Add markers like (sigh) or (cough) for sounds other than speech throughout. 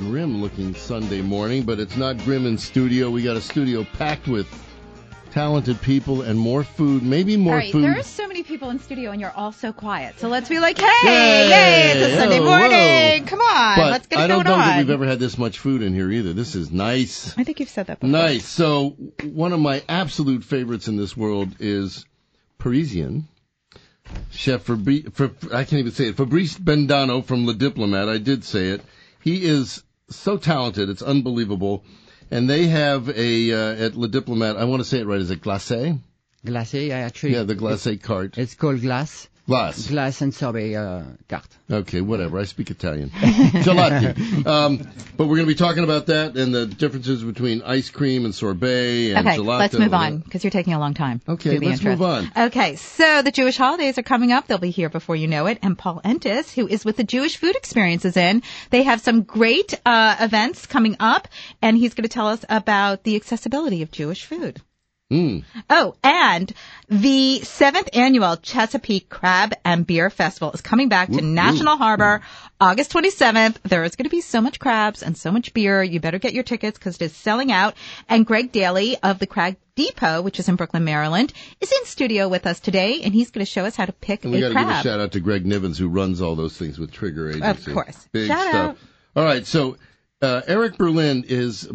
grim looking Sunday morning, but it's not grim in studio. We got a studio packed with talented people and more food, maybe more All right, food. there are so many people in studio, and you're all so quiet. So let's be like, hey, yay, it's a Hey, Sunday oh, morning. whoa. Come on, but let's get it I don't going know on. that we've ever had this much food in here either. This is nice. I think you've said that before. Nice. So, one of my absolute favorites in this world is Parisian. Chef Fabrice, I can't even say it, Fabrice Bendano from Le Diplomat. I did say it. He is so talented. It's unbelievable. And they have a, uh, at Le Diplomat, I want to say it right. Is it glacé? Glacé, I actually. Yeah, the glacé cart. It's called glass. Glass. Glass and sorbet uh, carte. Okay, whatever. I speak Italian. (laughs) Gelati. Um, but we're going to be talking about that and the differences between ice cream and sorbet and Okay, gelato. let's move on because you're taking a long time. to Okay, do the let's intro. move on. Okay, so the Jewish holidays are coming up. They'll be here before you know it. And Paul Entis, who is with the Jewish Food Experience, is in. They have some great uh, events coming up, and he's going to tell us about the accessibility of Jewish food. Hmm. Oh, and the seventh annual Chesapeake Crab and Beer Festival is coming back to National Harbor August 27th. There is going to be so much crabs and so much beer. You better get your tickets because it is selling out. And Greg Daly of the Crab Depot, which is in Brooklyn, Maryland, is in studio with us today, and he's going to show us how to pick And we a got to give a crab. shout out to Greg Nivens who runs all those things with Trigger Agency. course. big Shout stuff. out. All right, so uh, Eric Berlin is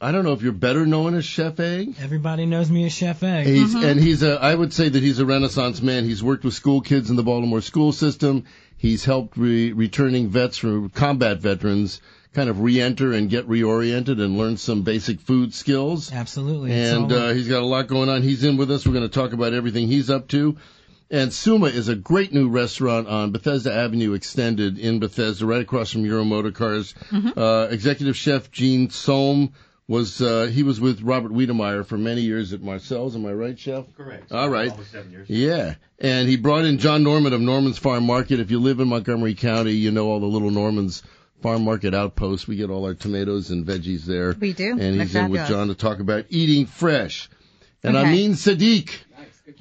I don't know if you're better known as Chef Egg. Everybody knows me as Chef Egg. Mm-hmm. He's and he's a I would say that he's a renaissance man. He's worked with school kids in the Baltimore school system. He's helped re- returning vets from combat veterans kind of re-enter and get reoriented and learn some basic food skills. Absolutely. It's And all- uh, he's got a lot going on. He's in with us. We're going to talk about everything he's up to. And Suma is a great new restaurant on Bethesda Avenue Extended in Bethesda, right across from Euro Motor Cars. Mm-hmm. Uh, executive chef Gene Sohm was uh, he was with Robert Wiedemeyer for many years at Marcel's. Am I right, chef? Correct. All right. Almost seven years. Yeah, and he brought in John Norman of Norman's Farm Market. If you live in Montgomery County, you know all the little Norman's Farm Market outposts. We get all our tomatoes and veggies there. We do. And he's They're in with fabulous. John to talk about eating fresh. And Okay. Amin Sadiq,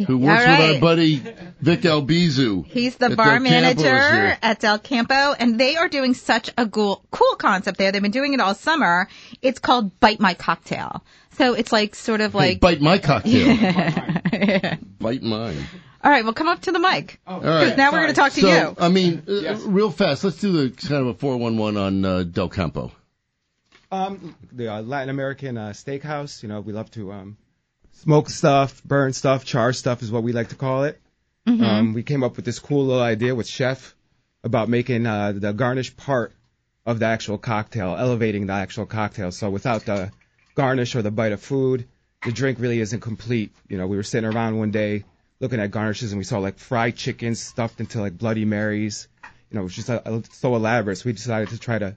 who All works with right. our buddy Vic Albizu. He's the at bar Del Campo's manager here. at Del Campo, and they are doing such a cool, cool concept there. They've been doing it all summer. It's called Bite My Cocktail. So it's like sort of Hey, like. bite (laughs) my cocktail. (laughs) bite mine. all right, well, come up to the mic. Oh, All right. now we're going to talk to so, you. I mean, uh, Yes. real fast, let's do the kind of a 411 on uh, Del Campo. Um, the uh, Latin American uh, steakhouse. You know, we love to um, smoke stuff, burn stuff, char stuff is what we like to call it. Mm-hmm. Um, we came up with this cool little idea with Chef about making uh, the garnish part of the actual cocktail, elevating the actual cocktail. So without the garnish or the bite of food, the drink really isn't complete. You know, we were sitting around one day looking at garnishes and we saw like fried chicken stuffed into like Bloody Marys. You know, it was just uh, so elaborate. So we decided to try to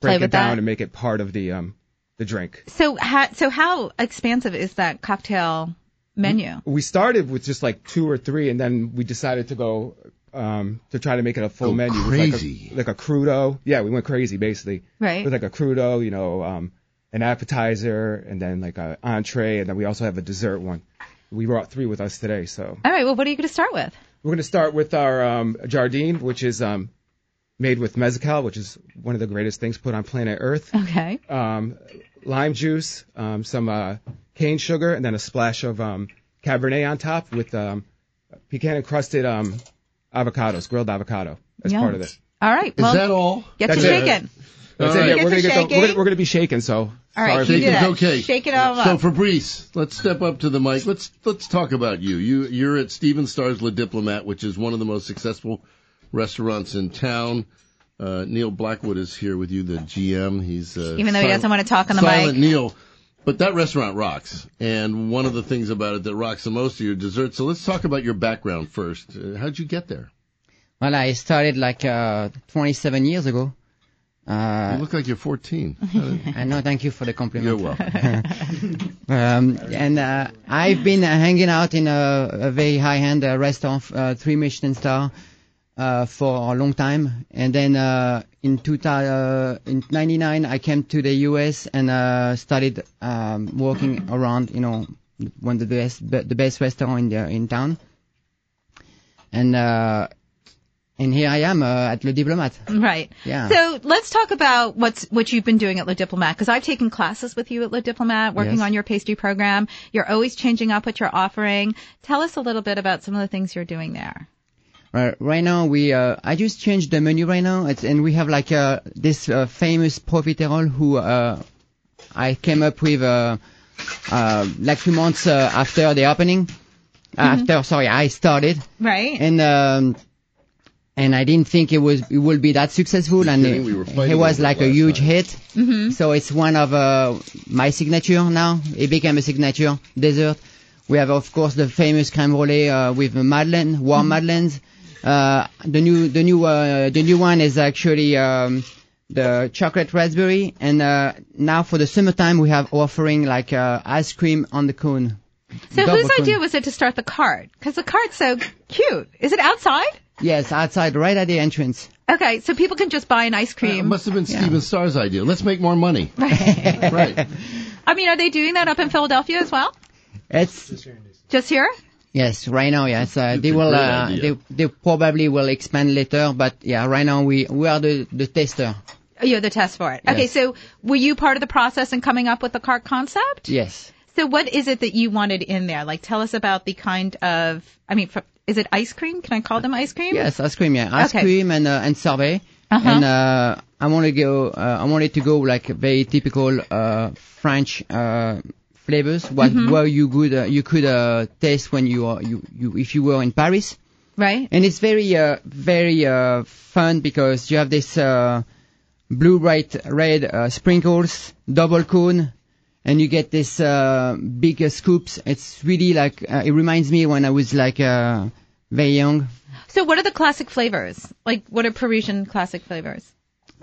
Play break with it down that. and make it part of the um the drink. So, how, so how expansive is that cocktail menu? We started with just like two or three, and then we decided to go um to try to make it a full Go menu. with crazy. Like a, like a crudo. Yeah, we went crazy basically. Right. With like a crudo, you know, um, an appetizer, and then like a entree, and then we also have a dessert one. We brought three with us today, so All right, well, what are you going to start with? we're gonna start with our um jardine, which is um made with mezcal, which is one of the greatest things put on planet Earth. Okay. um, lime juice, um, some uh, cane sugar, and then a splash of um, Cabernet on top with um, pecan encrusted um, avocados, grilled avocado as Yum. part of it. All right, Is well, that all? get to That's it. shaking. All That's it. right. Yeah, Thank you for we're gonna get the, we're, shaking. gonna- we're gonna be shaking. So All right, sorry you if we- do Shaking that. okay. Shake it all So up. Fabrice, let's step up to the mic. Let's let's talk about you. You you're at Steven Star's Le Diplomat, which is one of the most successful restaurants in town. Uh, Neil Blackwood is here with you, the GM. He's uh, Even though he sil- doesn't want to talk on the silent mic. Neil. But that restaurant rocks, and one of the things about it that rocks the most are your desserts. So let's talk about your background first. Uh, how'd you get there? Well, I started like uh, 27 years ago. You Uh, look like you're 14. Uh, (laughs) I know. Thank you for the compliment. you're welcome. (laughs) Um, and uh, I've been uh, hanging out in a, a very high-end uh, restaurant, uh, three Michelin star, uh, for a long time. And then uh, in 2000, uh, in '99, I came to the U.S. and uh, started um, walking around, you know, one of the best, the best restaurant in the, in town. And uh, and here I am uh, at Le Diplomat. Right. Yeah. So let's talk about what's what you've been doing at Le Diplomat because I've taken classes with you at Le Diplomat, working Yes. on your pastry program. You're always changing up what you're offering. Tell us a little bit about some of the things you're doing there. Right, right now we uh, I just changed the menu right now it's, and we have like uh, this uh, famous profiterole who uh, I came up with uh, uh, like two months uh, after the opening after sorry I started Right. and um, and I didn't think it was it would be that successful and kidding? it, We were it fighting was over it like a last huge time. hit so it's one of uh, my signature now it became a signature dessert we have of course the famous creme brulee uh, with madeleine warm madeleines uh, the new the new uh, the new one is actually um, the chocolate raspberry and uh, now for the summertime we have offering like uh, ice cream on the cone so double whose idea cone. was it to start the cart? Because the cart's so cute. Is it outside? yes outside right at the entrance Okay, so people can just buy an ice It cream. must have been Steven Starr's idea. Let's make more money. right. I mean, are they doing that up in Philadelphia as well? it's Just here? Yes, right now, yes. Uh, they a will, great uh, idea. they, they probably will expand later, but yeah, right now we, we are the, the tester. Oh, You're the test for it. Okay, Yes. so were you part of the process in coming up with the cart concept? Yes. So what is it that you wanted in there? Like, tell us about the kind of, I mean, fr- is it ice cream? Can I call them ice cream? Yes, ice cream, yeah. Ice Okay. cream and, uh, and sorbet. Uh-huh. And, uh, I want to go, uh, I wanted to go like very typical, uh, French, uh, flavors, what, Mm-hmm. where you could, uh, you could, uh, taste when you are, you, you, if you were in Paris. Right? and it's very uh, very uh, fun because you have this uh, blue bright red uh, sprinkles double cone and you get this uh, big uh, scoops it's really like uh, it reminds me when i was like uh, very young So what are the classic flavors? Like, what are Parisian classic flavors?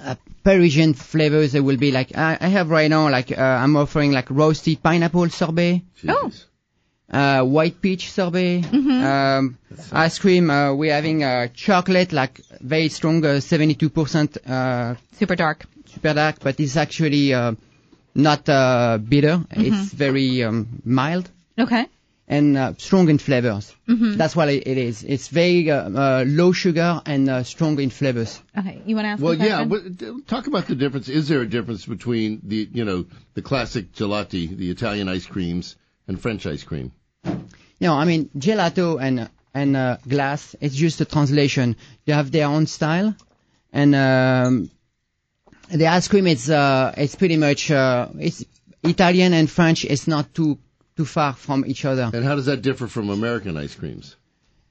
uh, parisian flavors it will be like I, I have right now like uh, i'm offering like roasted pineapple sorbet Oh. Jeez. uh, white peach sorbet, Mm-hmm. um, ice cream. Uh, we're having uh, chocolate, like very strong, uh, 72% uh, Super dark. super dark, but it's actually uh, not uh, bitter. It's very um, mild Mm-hmm. Okay. and uh, strong in flavors. Mm-hmm. That's what it, it is. It's very uh, uh, low sugar and uh, strong in flavors. Okay. You want to ask Well, the yeah. question? But d- talk about the difference. Is there a difference between the, you know, the classic gelati, the Italian ice creams, and French ice cream? You know, I mean, gelato and and uh, glass. It's just a translation. They have their own style, and um, the ice cream it's uh, it's pretty much uh, it's Italian and French. It's not too too far from each other. And how does that differ from American ice creams?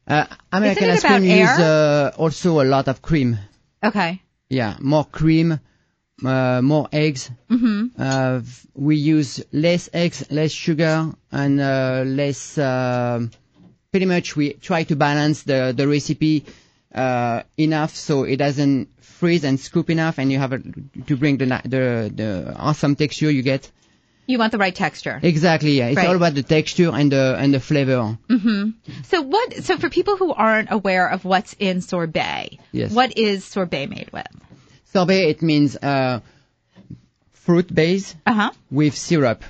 Uh, American Isn't it ice cream about use air? uh, also a lot of cream. okay. Yeah, more cream, uh, more eggs. Mm-hmm. Uh, v- we use less eggs, less sugar, and uh, less. um pretty much, we try to balance the the recipe uh, enough so it doesn't freeze and scoop enough, and you have a, to bring the na- the the awesome texture you get. You want the right texture. Exactly. Yeah, it's Right. all about the texture and the and the flavor. Mm-hmm. So what, so for people who aren't aware of what's in sorbet, Yes. what is sorbet made with? Sorbet it means uh, fruit base. Uh huh. with syrup.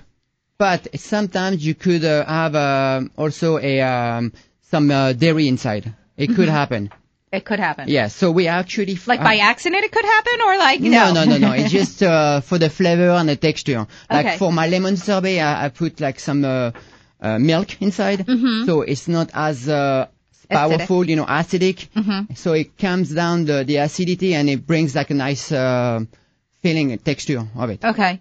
But sometimes you could uh, have um also a um, some uh, dairy inside. It could happen. It could Mm-hmm. happen. Yeah. So we actually f- Like by uh, accident it could happen or like, no no no (laughs) no. It's just uh, for the flavor and the texture. Like Okay. for my lemon sorbet, I, I put like some uh, uh, milk inside, Mm-hmm. so it's not as uh, powerful, you know, acidic. Mm-hmm. So it calms down the, the acidity and it brings like a nice uh, feeling texture of it. Okay.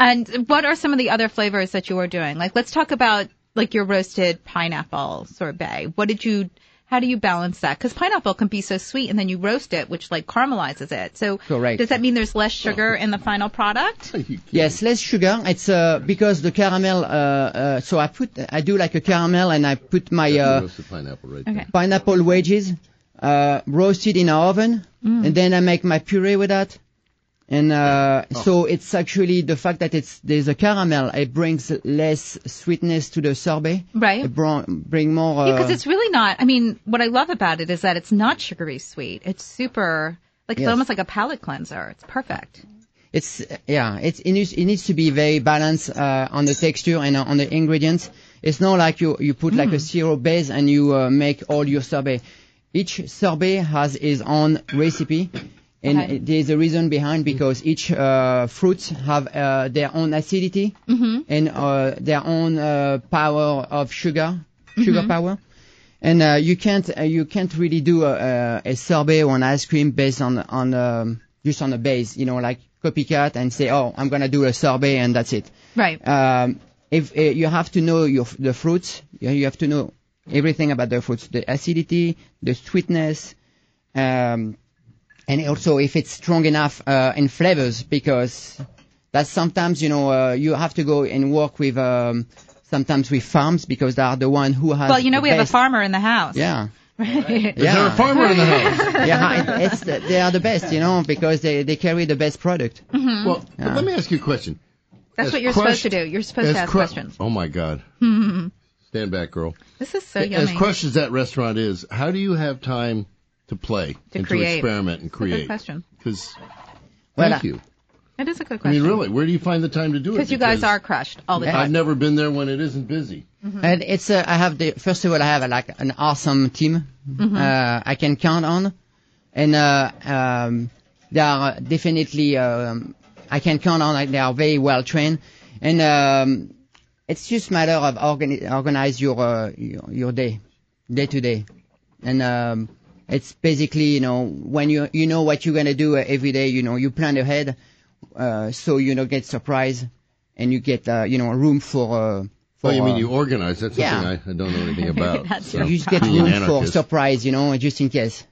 And what are some of the other flavors that you were doing? Like, let's talk about like your roasted pineapple sorbet. What did you, how do you balance that? Because pineapple can be so sweet and then you roast it, which like caramelizes it. So Correct. does that mean there's less sugar in the final product? Yes, less sugar. It's uh, because the caramel. Uh, uh, so I put, I do like a caramel, and I put my uh, roasted pineapple right Okay. pineapple Mm. wedges uh, roasted in an oven, and then I make my puree with that, And uh, so it's actually the fact that it's there's a caramel. It brings less sweetness to the sorbet. Right. It bro- bring more. Uh, because it's really not. I mean, what I love about it is that it's not sugary sweet. It's super, like it's Yes. almost like a palate cleanser. It's perfect. it's yeah it's it needs, it needs to be very balanced uh, on the texture and on the ingredients it's not like you you put like a syrup base and you uh, make all your sorbet each sorbet has its own recipe and Okay. there's a reason behind because each uh, fruits have uh, their own acidity Mm-hmm. and uh, their own uh, power of sugar sugar power and uh, you can't uh, you can't really do a, a, a sorbet or an ice cream based on on um, just on a base, you know, like copycat and say, oh, I'm gonna do a sorbet and that's it. Right. Um, if uh, you have to know your f- the fruits, you, you have to know everything about the fruits, the acidity, the sweetness, um, and also if it's strong enough uh, in flavors because that's sometimes you know uh, you have to go and work with um, sometimes with farms because they are the one who has well, you know, the we have a best- farmer in the house. yeah. (laughs) Right. Is there a Yeah. farmer in the house? (laughs) yeah, it's the, they are the best, you know, because they, they carry the best product. Mm-hmm. Well, but let me ask you a question. That's As what you're crushed- supposed to do. You're supposed as to ask cru- questions. (laughs) Oh my God. Stand back, girl. This is so As yummy. crushed as that restaurant is, how do you have time to play and to create. experiment and Good create? question. Because Well, thank I- you. It is a good I question. mean, really, where do you find the time to do it? Because you guys are crushed all the Yeah. I've time. Mm-hmm. never been there when it isn't busy. (laughs) And it's uh, I have the first of all I have uh, like an awesome team uh, I can count on, and uh, um, they are definitely um, I can count on. Like, they are very well trained, and um, it's just matter of organi- organize your, uh, your your day, day to day, and um, it's basically you know when you you know what you're gonna do uh, every day. You know you plan ahead, uh, so you don't get surprised, and you get uh, you know room for. Uh, Oh, for, you mean uh, you organize? That's Yeah. something I, I don't know anything (laughs) about. That's so. your you just get Being an room for anarchist. surprise, you know, just in case.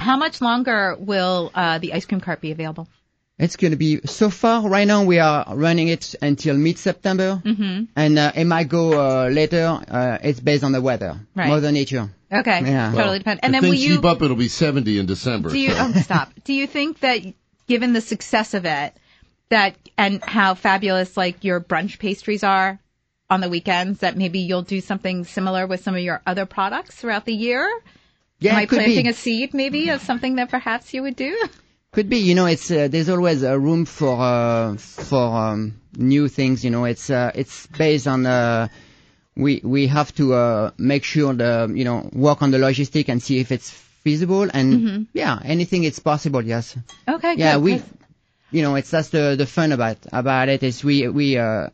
How much longer will uh, the ice cream cart be available? It's going to be so far. Right now, we are running it until mid-September, mm-hmm. and uh, it might go uh, later. Uh, it's based on the weather, Right. mother nature. Okay. Yeah. Totally Well, depends. And if then will things you keep up, it'll be 70 in December. Do you so. oh, (laughs) stop? Do you think that, given the success of it, that and how fabulous like your brunch pastries are on the weekends, that maybe you'll do something similar with some of your other products throughout the year? Yeah, Am I it could planting be. a seed maybe of something that perhaps you would (laughs) do? Could be, you know, it's uh, there's always a room for uh, for um, new things. You know, it's uh, it's based on uh, we we have to uh, make sure the you know work on the logistic and see if it's feasible and Mm-hmm. yeah, anything it's possible. Yes. Okay. yeah good. we you know it's that's the the fun about about it is we we uh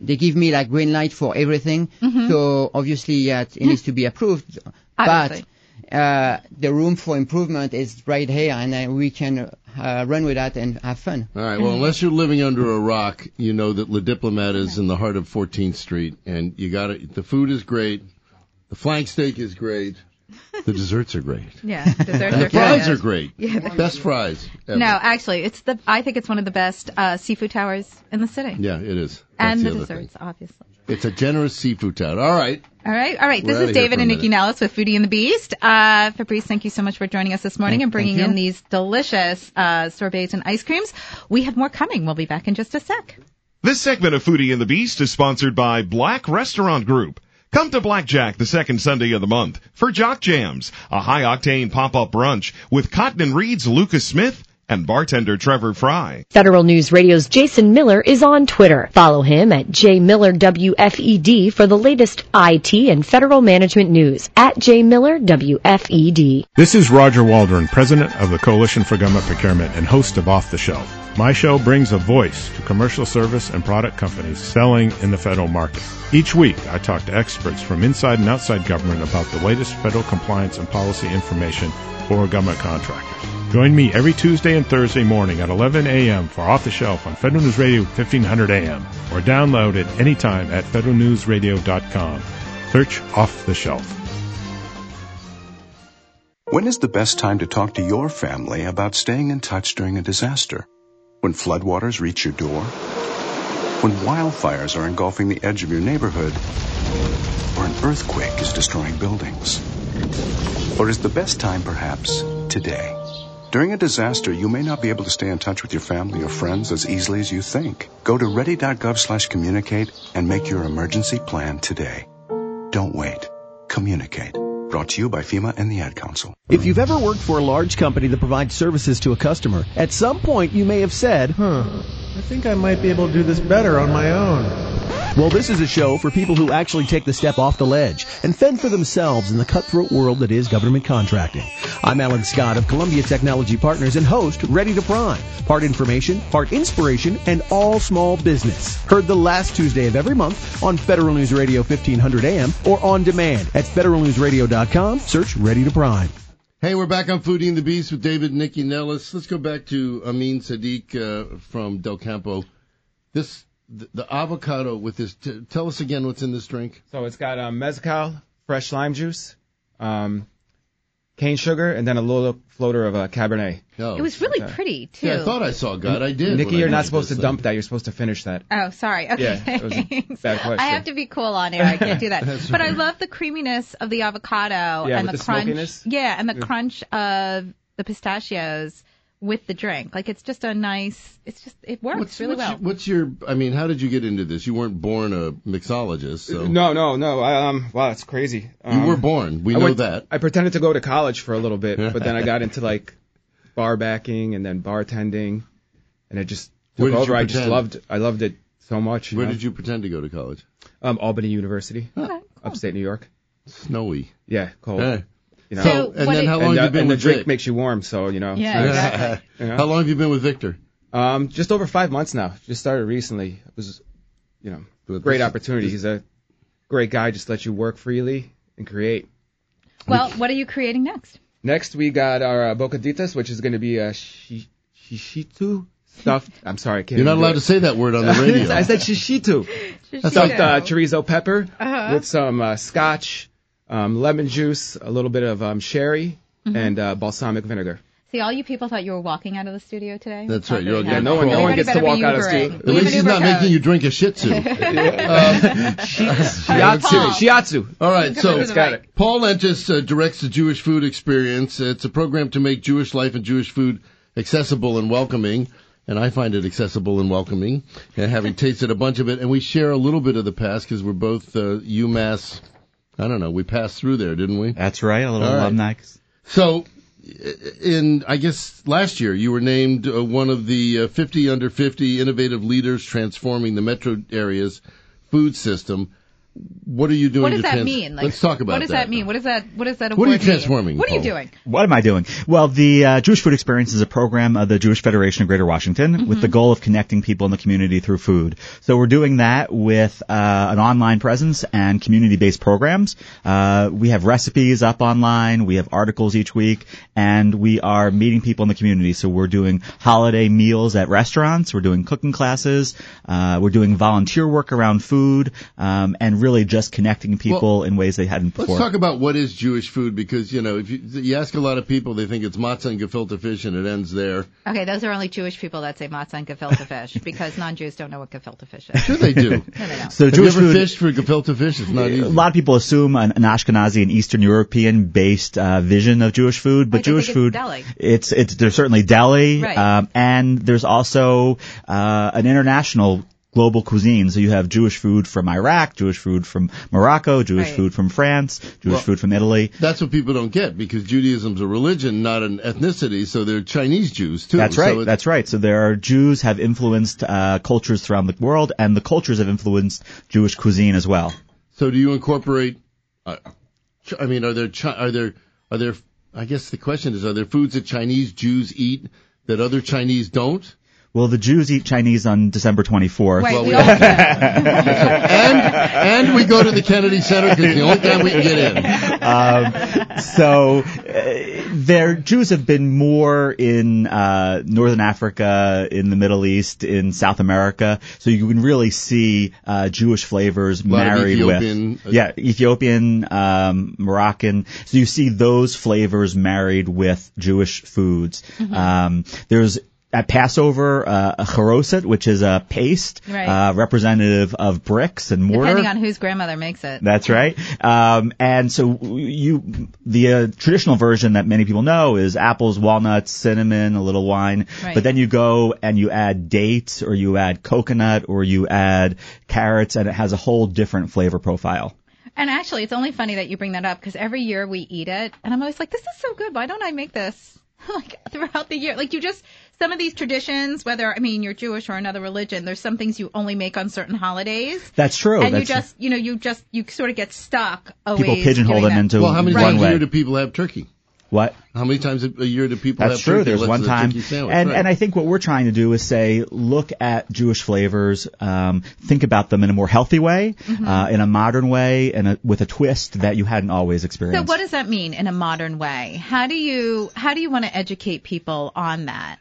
they give me like green light for everything Mm-hmm. so obviously yeah it needs to be approved but Obviously. uh the room for improvement is right here and uh, we can uh, run with that and have fun All right. Mm-hmm. Well, unless you're living under a rock, you know that La Diplomat is in the heart of 14th Street, and you got it. The food is great. The flank steak is great. (laughs) The desserts are great. yeah. Desserts The are fries good. are great. Best fries. Ever. No, actually, it's the. I think it's one of the best uh, seafood towers in the city, Yeah, it is. That's and the, the, other desserts, thing. obviously. It's a generous seafood town. All right. All right, all right. We're this outta is here David for a and Nikki minute. Nellis with Foodie and the Beast. Uh, Fabrice, thank you so much for joining us this morning and bringing in these delicious uh, sorbets and ice creams. We have more coming. We'll be back in just a sec. This segment of Foodie and the Beast is sponsored by Black Restaurant Group. Come to Blackjack the second Sunday of the month for Jock Jams, a high octane pop up brunch with Cotton and Reed's Lucas Smith and bartender Trevor Fry. Federal News Radio's Jason Miller is on Twitter. Follow him at jmillerwfed E for the latest IT and federal management news at jmillerwfed. This is Roger Waldron, president of the Coalition for Government Procurement and host of Off the Shelf. My show brings a voice to commercial service and product companies selling in the federal market. Each week, I talk to experts from inside and outside government about the latest federal compliance and policy information for government contractors. Join me every Tuesday and Thursday morning at 11 a.m. for Off the Shelf on Federal News Radio 1500 a.m. or download it anytime at federalnewsradio.com. Search Off the Shelf. When is the best time to talk to your family about staying in touch during a disaster? When floodwaters reach your door? When wildfires are engulfing the edge of your neighborhood? Or an earthquake is destroying buildings? Or is the best time perhaps today? During a disaster, you may not be able to stay in touch with your family or friends as easily as you think. Go to ready.gov slash communicate and make your emergency plan today. Don't wait. Communicate. Brought to you by FEMA and the Ad Council. If you've ever worked for a large company that provides services to a customer, at some point you may have said, huh, I think I might be able to do this better on my own. well, this is a show for people who actually take the step off the ledge and fend for themselves in the cutthroat world that is government contracting. I'm Alan Scott of Columbia Technology Partners and host Ready to Prime. Part information, part inspiration, and all small business. Heard the last Tuesday of every month on Federal News Radio 1500 AM or on demand at federalnewsradio.com. Search Ready to Prime. Hey, we're back on Foodie and the Beast with David and Nikki Nellis. Let's go back to Amin Sadiq uh, from Del Campo. This the, the avocado with this. T- tell us again what's in this drink. So it's got um, mezcal, fresh lime juice, um, cane sugar, and then a little floater of uh, Cabernet. It was really pretty too. Yeah, I thought I saw God. I did. Nikki, when I you're not looked at supposed to this uh, dump that. You're supposed to finish that. Oh, sorry. Okay. Yeah, that was a thanks. bad question. I have to be cool on air. I can't do that. (laughs) That's but I right. love the creaminess of the avocado Yeah, and with the crunch. smokiness. Yeah, and the Yeah. crunch of the pistachios with the drink. Like it's just a nice. It's just it works really what's well. Your, what's your? I mean, how did you get into this? You weren't born a mixologist, so No, no, no. I, um, wow, that's crazy. Um, you were born. We I know went- that. I pretended to go to college for a little bit, but then (laughs) I got into like bar backing and then bartending, and it just took Where did you over. I just pretend? loved. I loved it so much. Where did you pretend to go to college? Um, Albany University, upstate New York. Snowy. Yeah, cold. Yeah. You know? So, and then how long and, have you been and with the drink Vic? makes you warm, so you know. Yeah, so it's- exactly. (laughs) How long have you been with Victor? Um, just over five months now. Just started recently. It was, you know, great opportunity. He's a great guy. Just let you work freely and create. well, what are you creating next? Next, we got our uh, bocaditas, which is going to be a shi- shishitu stuffed. I'm sorry, I can't You're not even do allowed it. to say that word on the radio. (laughs) I said shishitu. That's Stuffed uh, Shishitu. chorizo pepper Uh-huh. with some uh, scotch, um, lemon juice, a little bit of um, sherry, and uh, balsamic vinegar. See, all you people thought you were walking out of the studio today. That's right. You're all Yeah, getting no one- no crawled. one gets to Everybody walk better out be of Ubering. At Leave least an he's Uber not code. making you Uh, drink a Um, shih tzu. (laughs) (laughs) (laughs) Shiatsu. Shiatsu. All right, Come so over to the Got mic. Paul Entis uh, directs the Jewish Food Experience. It's a program to make Jewish life and Jewish food accessible and welcoming, and I find it accessible and welcoming, and having tasted a bunch of it, and we share a little bit of the past because we're both uh, UMass. I don't know. We passed through there, didn't we? That's right, a little All right. alumni. So, i- in I guess last year, you were named uh, one of the uh, 50 under 50 innovative leaders transforming the metro area's food system. What are you doing? What does to that trans- mean? Like, Let's talk about What does that, mean? What is that? What is that? What are you award mean? transforming, What are you Paul? doing? What am I doing? Well, the uh, Jewish Food Experience is a program of the Jewish Federation of Greater Washington with Mm-hmm. the goal of connecting people in the community through food. So we're doing that with uh, an online presence and community-based programs. Uh, we have recipes up online. We have articles each week, and we are meeting people in the community. So we're doing holiday meals at restaurants. We're doing cooking classes. Uh, we're doing volunteer work around food, um, and really just connecting people in ways they hadn't Let's before. talk about what is Jewish food because you know if you, you ask a lot of people, they think it's matzah and gefilte fish and it ends there. Okay, those are only Jewish people that say matzah and gefilte fish because non-Jews don't know what gefilte fish is. Sure they (laughs) (laughs) do. So Have Jewish you ever food- fished for gefilte fish? It's not easy. A lot of people assume an, an Ashkenazi and Eastern European based uh, vision of Jewish food, but Like, they Jewish think it's food, deli. it's it's there's certainly deli, Right. um, and there's also uh, an international global cuisine. So you have Jewish food from Iraq, Jewish food from Morocco, Jewish Right. food from France, Jewish Well- food from Italy. That's what people don't get because Judaism's a religion, not an ethnicity. So they're Chinese Jews too. That's So right. it's- That's right. So there are Jews have influenced uh, cultures throughout the world, and the cultures have influenced Jewish cuisine as well. So do you incorporate? Uh, Ch- I mean, are there Chi- are there are there? I guess the question is: Are there foods that Chinese Jews eat that other Chinese don't? Well, the Jews eat Chinese on December 24th. Right, Well, we we all all- do. (laughs) and and we go to the Kennedy Center because the only time we can get in. um, so uh, there Jews have been more in uh, northern Africa, in the Middle East, in South America. So you can really see uh, Jewish flavors lot of married Ethiopian, uh, with yeah Ethiopian, um, Moroccan. Mm-hmm. So you see those flavors married with Jewish foods. Um, there's at Passover, uh, a charoset, which is a paste Right. uh, representative of bricks and mortar. Depending on whose grandmother makes it. That's right. Um, and so you, the uh, traditional version that many people know is apples, walnuts, cinnamon, a little wine. Right. But then you go and you add dates or you add coconut or you add carrots and it has a whole different flavor profile. And actually, it's only funny that you bring that up because every year we eat it, and I'm always like, "This is so good. Why don't I make this (laughs) like throughout the year?" Like you just some of these traditions, whether I mean you're Jewish or another religion, there's some things you only make on certain holidays. That's true. and you That's- just, you know, you just you sort of get stuck. Always People pigeonhole doing them that. into Well, how many one times way. a year do people have turkey? What? How many times a a year do people That's have true. turkey? There's unless one it's a time, turkey sandwich, and right. and I think what we're trying to do is say, look at Jewish flavors, um, think about them in a more healthy way, Mm-hmm. uh, in a modern way, and a, with a twist that you hadn't always So experienced. what does that mean in a modern way? How do you how do you want to educate people on that?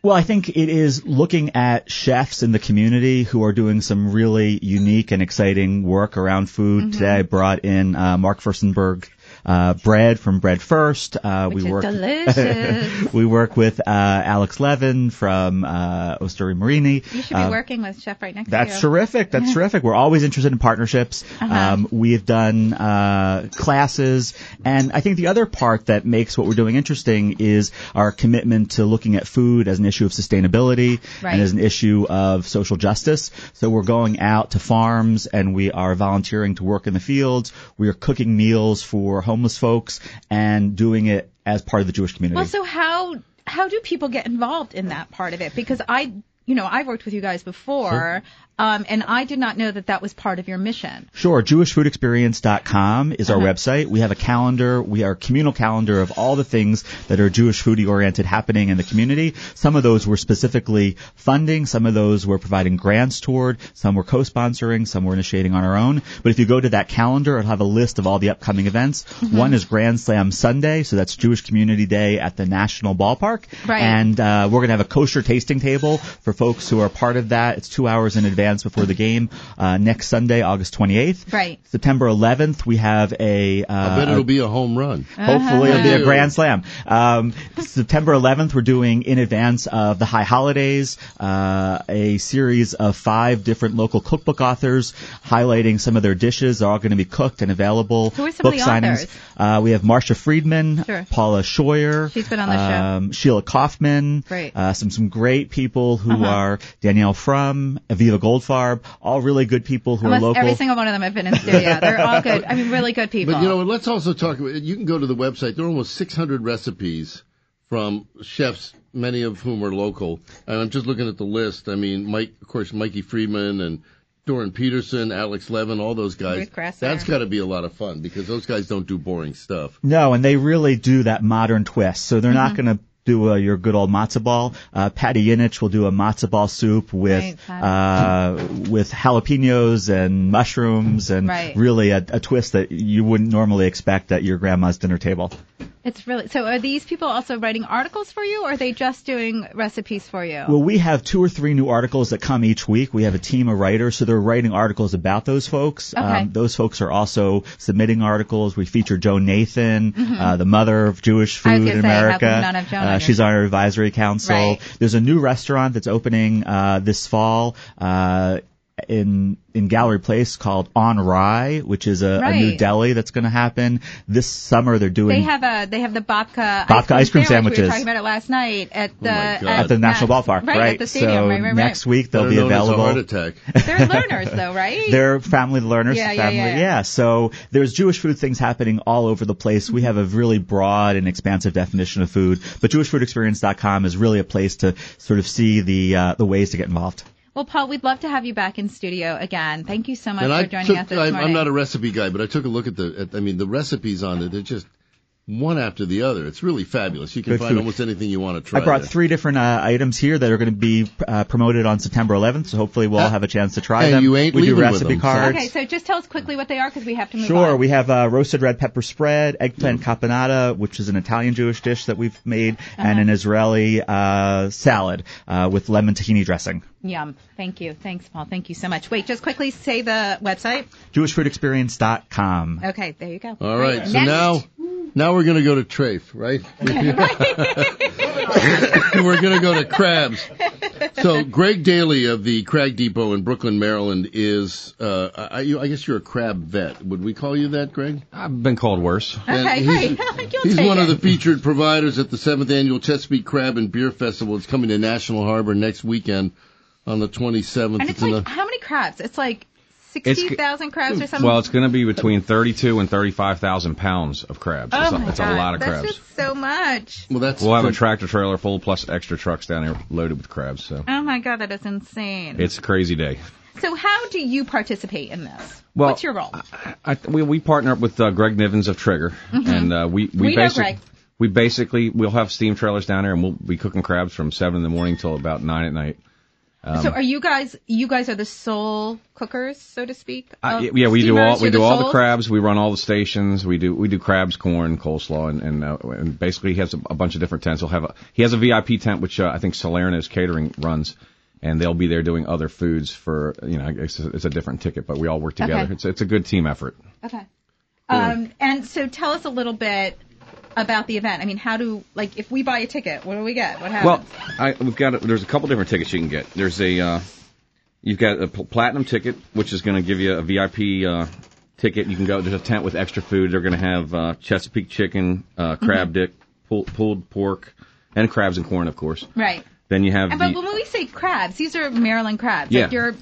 Well, I think it is looking at chefs in the community who are doing some really unique and exciting work around food. Mhm. Today, I brought in uh, Mark Furstenberg uh, bread from Bread First. Uh, Which we is work delicious. (laughs) we work with uh, Alex Levin from uh, Osteria Marini. You should be Uh, working with Chef right next That's to you. terrific. That's terrific. We're always interested in partnerships. Uh-huh. Um, we've done uh, classes, and I think the other part that makes what we're doing interesting is our commitment to looking at food as an issue of sustainability Right. and as an issue of social justice. So we're going out to farms and we are volunteering to work in the fields. We are cooking meals for homeless folks and doing it as part of the Jewish community. Well, so how how do people get involved in that part of it? Because I, you know, I've worked with you guys before, Sure. um, and I did not know that that was part of your mission. Sure. JewishFoodExperience.com is our website. We have a calendar. We are a communal calendar of all the things that are Jewish foodie oriented happening in the community. Some of those we're specifically funding. Some of those we're providing grants toward. Some we're co-sponsoring. Some we're initiating on our own. But if you go to that calendar, it'll have a list of all the upcoming events. Mhm. One is Grand Slam Sunday. So that's Jewish Community Day at the National Ballpark. Right. And uh, we're going to have a kosher tasting table for folks who are part of that. It's two hours in advance before the game uh, next Sunday, August 28th. Right. September 11th, we have a. Uh, I bet it'll be a home run. (laughs) Uh-huh. Hopefully, it'll be a Ew. grand slam. Um, September 11th, we're doing in advance of the high holidays uh, a series of five different local cookbook authors highlighting some of their dishes. They're all going to be cooked and available. Who are some of Book the signings. authors? Uh, we have Marcia Friedman, Sure. Paula Scheuer. She's been on the show. um, Sheila Kaufman. Great. Uh, some some great people who Uh-huh. are Danielle Frum, Aviva Goldfarb, all really good people who Almost are local. every single one of them have been in (laughs) studio. They're all good. I mean, really good people. But you know, what, let's also talk about. You can go to the website. There are almost 600 recipes from chefs, many of whom are local. And I'm just looking at the list. I mean, Mike, of course, Mikey Friedman and Doran Peterson, Alex Levin, all those guys. Ruth Gresser. That's got to be a lot of fun because those guys don't do boring stuff. No, and they really do that modern twist. So they're Mhm. not going to do a, your good old matzo ball. Uh, Patty Yinich will do a matzo ball soup with Right, uh, with jalapenos and mushrooms and Right. really a, a twist that you wouldn't normally expect at your grandma's dinner table. it's really so. Are these people also writing articles for you, or are they just doing recipes for you? Well, we have two or three new articles that come each week. We have a team of writers, so they're writing articles about those folks. Um, Okay. those folks are also submitting articles. We feature Joan Nathan, Mm-hmm. Mhm. uh, the mother of Jewish I was food gonna in say, how America. can we not have Joan on uh, your she's on our advisory council. Right. There's a new restaurant that's opening uh, this fall. Uh, in in Gallery Place called On Rye, which is a, a new Right. deli that's going to happen this summer. They're doing they have a they have the babka Babka ice cream We sandwiches. were talking about it last night Oh at the at, the National Ballpark, right, at the stadium, so right, right, right. next week they'll Better be known as a available. heart attack. (laughs) (laughs) They're learners though, right? They're family learners. Yeah, yeah, family, yeah, yeah. So there's Jewish food things happening all over the place. We have a really broad and expansive definition of food, but JewishFoodExperience.com is really a place to sort of see the uh, the ways to get involved. Well, Paul, we'd love to have you back in studio again. Thank you so much and for I joining took, us this I'm, morning. I'm not a recipe guy, but I took a look at the. At, I mean, the recipes on it. They're just one after the other. It's really fabulous. You can Good find food. almost anything you want to try. I brought there. three different uh, items here that are going to be uh, promoted on September 11th, so hopefully we'll have a chance to try and them. you ain't we do leaving with recipe them, so- cards. Okay, so just tell us quickly what they are because we have to move Sure, on. we have uh, roasted red pepper spread, eggplant caponata, which is an Italian Jewish Uh-huh. dish that we've made, and an Israeli uh, salad uh, with lemon tahini dressing. Yum. Thank you. Thanks, Paul. Thank you so much. Wait, just quickly say the website. JewishFoodExperience.com. Okay, there you go. All right, so next. now now we're gonna go to Trafe, (laughs) right? (laughs) we're gonna go to Crabs. So Greg Daly of the Crag Depot in Brooklyn, Maryland, is uh, I, you- I guess you're a crab vet. Would we call you that, Greg? I've been called worse. (laughs) Okay, hey, you'll He's take one it. of the featured providers at the seventh annual Chesapeake Crab and Beer Festival. It's coming to National Harbor next weekend on the 27th. And it's in like the- how many crabs? It's like It's- sixty thousand crabs or something. Well, it's going to be between 32 and 35,000 pounds of crabs. oh it's my a, it's God, a lot of that's crabs. just so much. well, that's we'll have a tractor trailer full plus extra trucks down here loaded with crabs. So Oh my God, that is insane. it's a crazy day. so how do you participate in this? Well, What's your role? I, we, we partner up with uh, Greg Nivens of Trigger, Mhm. and uh, we we, We know basic- Greg. we basically we'll have steam trailers down here, and we'll be cooking crabs from seven in the morning till about nine at night. Um, so are you guys? You guys are the sole cookers, so to speak. I- of Uh, yeah, we do Oh, steamers? all we You're do all the soles? crabs. We run all the stations. We do we do crabs, corn, coleslaw, and and, uh, and basically he has a, a bunch of different tents. He'll have a he has a VIP tent which uh, I think Salerno's Catering runs, and they'll be there doing other foods for you know it's a, it's a different ticket, but we all work together. Okay. It's it's a good team effort. Okay. Um, and so tell us a little bit about the event. I mean, how do like if we buy a ticket, what do we get? What happens? Well, I, we've got a, there's a couple different tickets you can get. There's a uh, you've got a pl- platinum ticket, which is going to give you a VIP uh, ticket. You can go. There's a tent with extra food. They're going to have uh, Chesapeake chicken, uh, Mm-hmm. crab dick, pull, pulled pork, and crabs and corn, of course. right. Then you have And, but the when we say crabs, these are Maryland crabs. Yeah. Like you're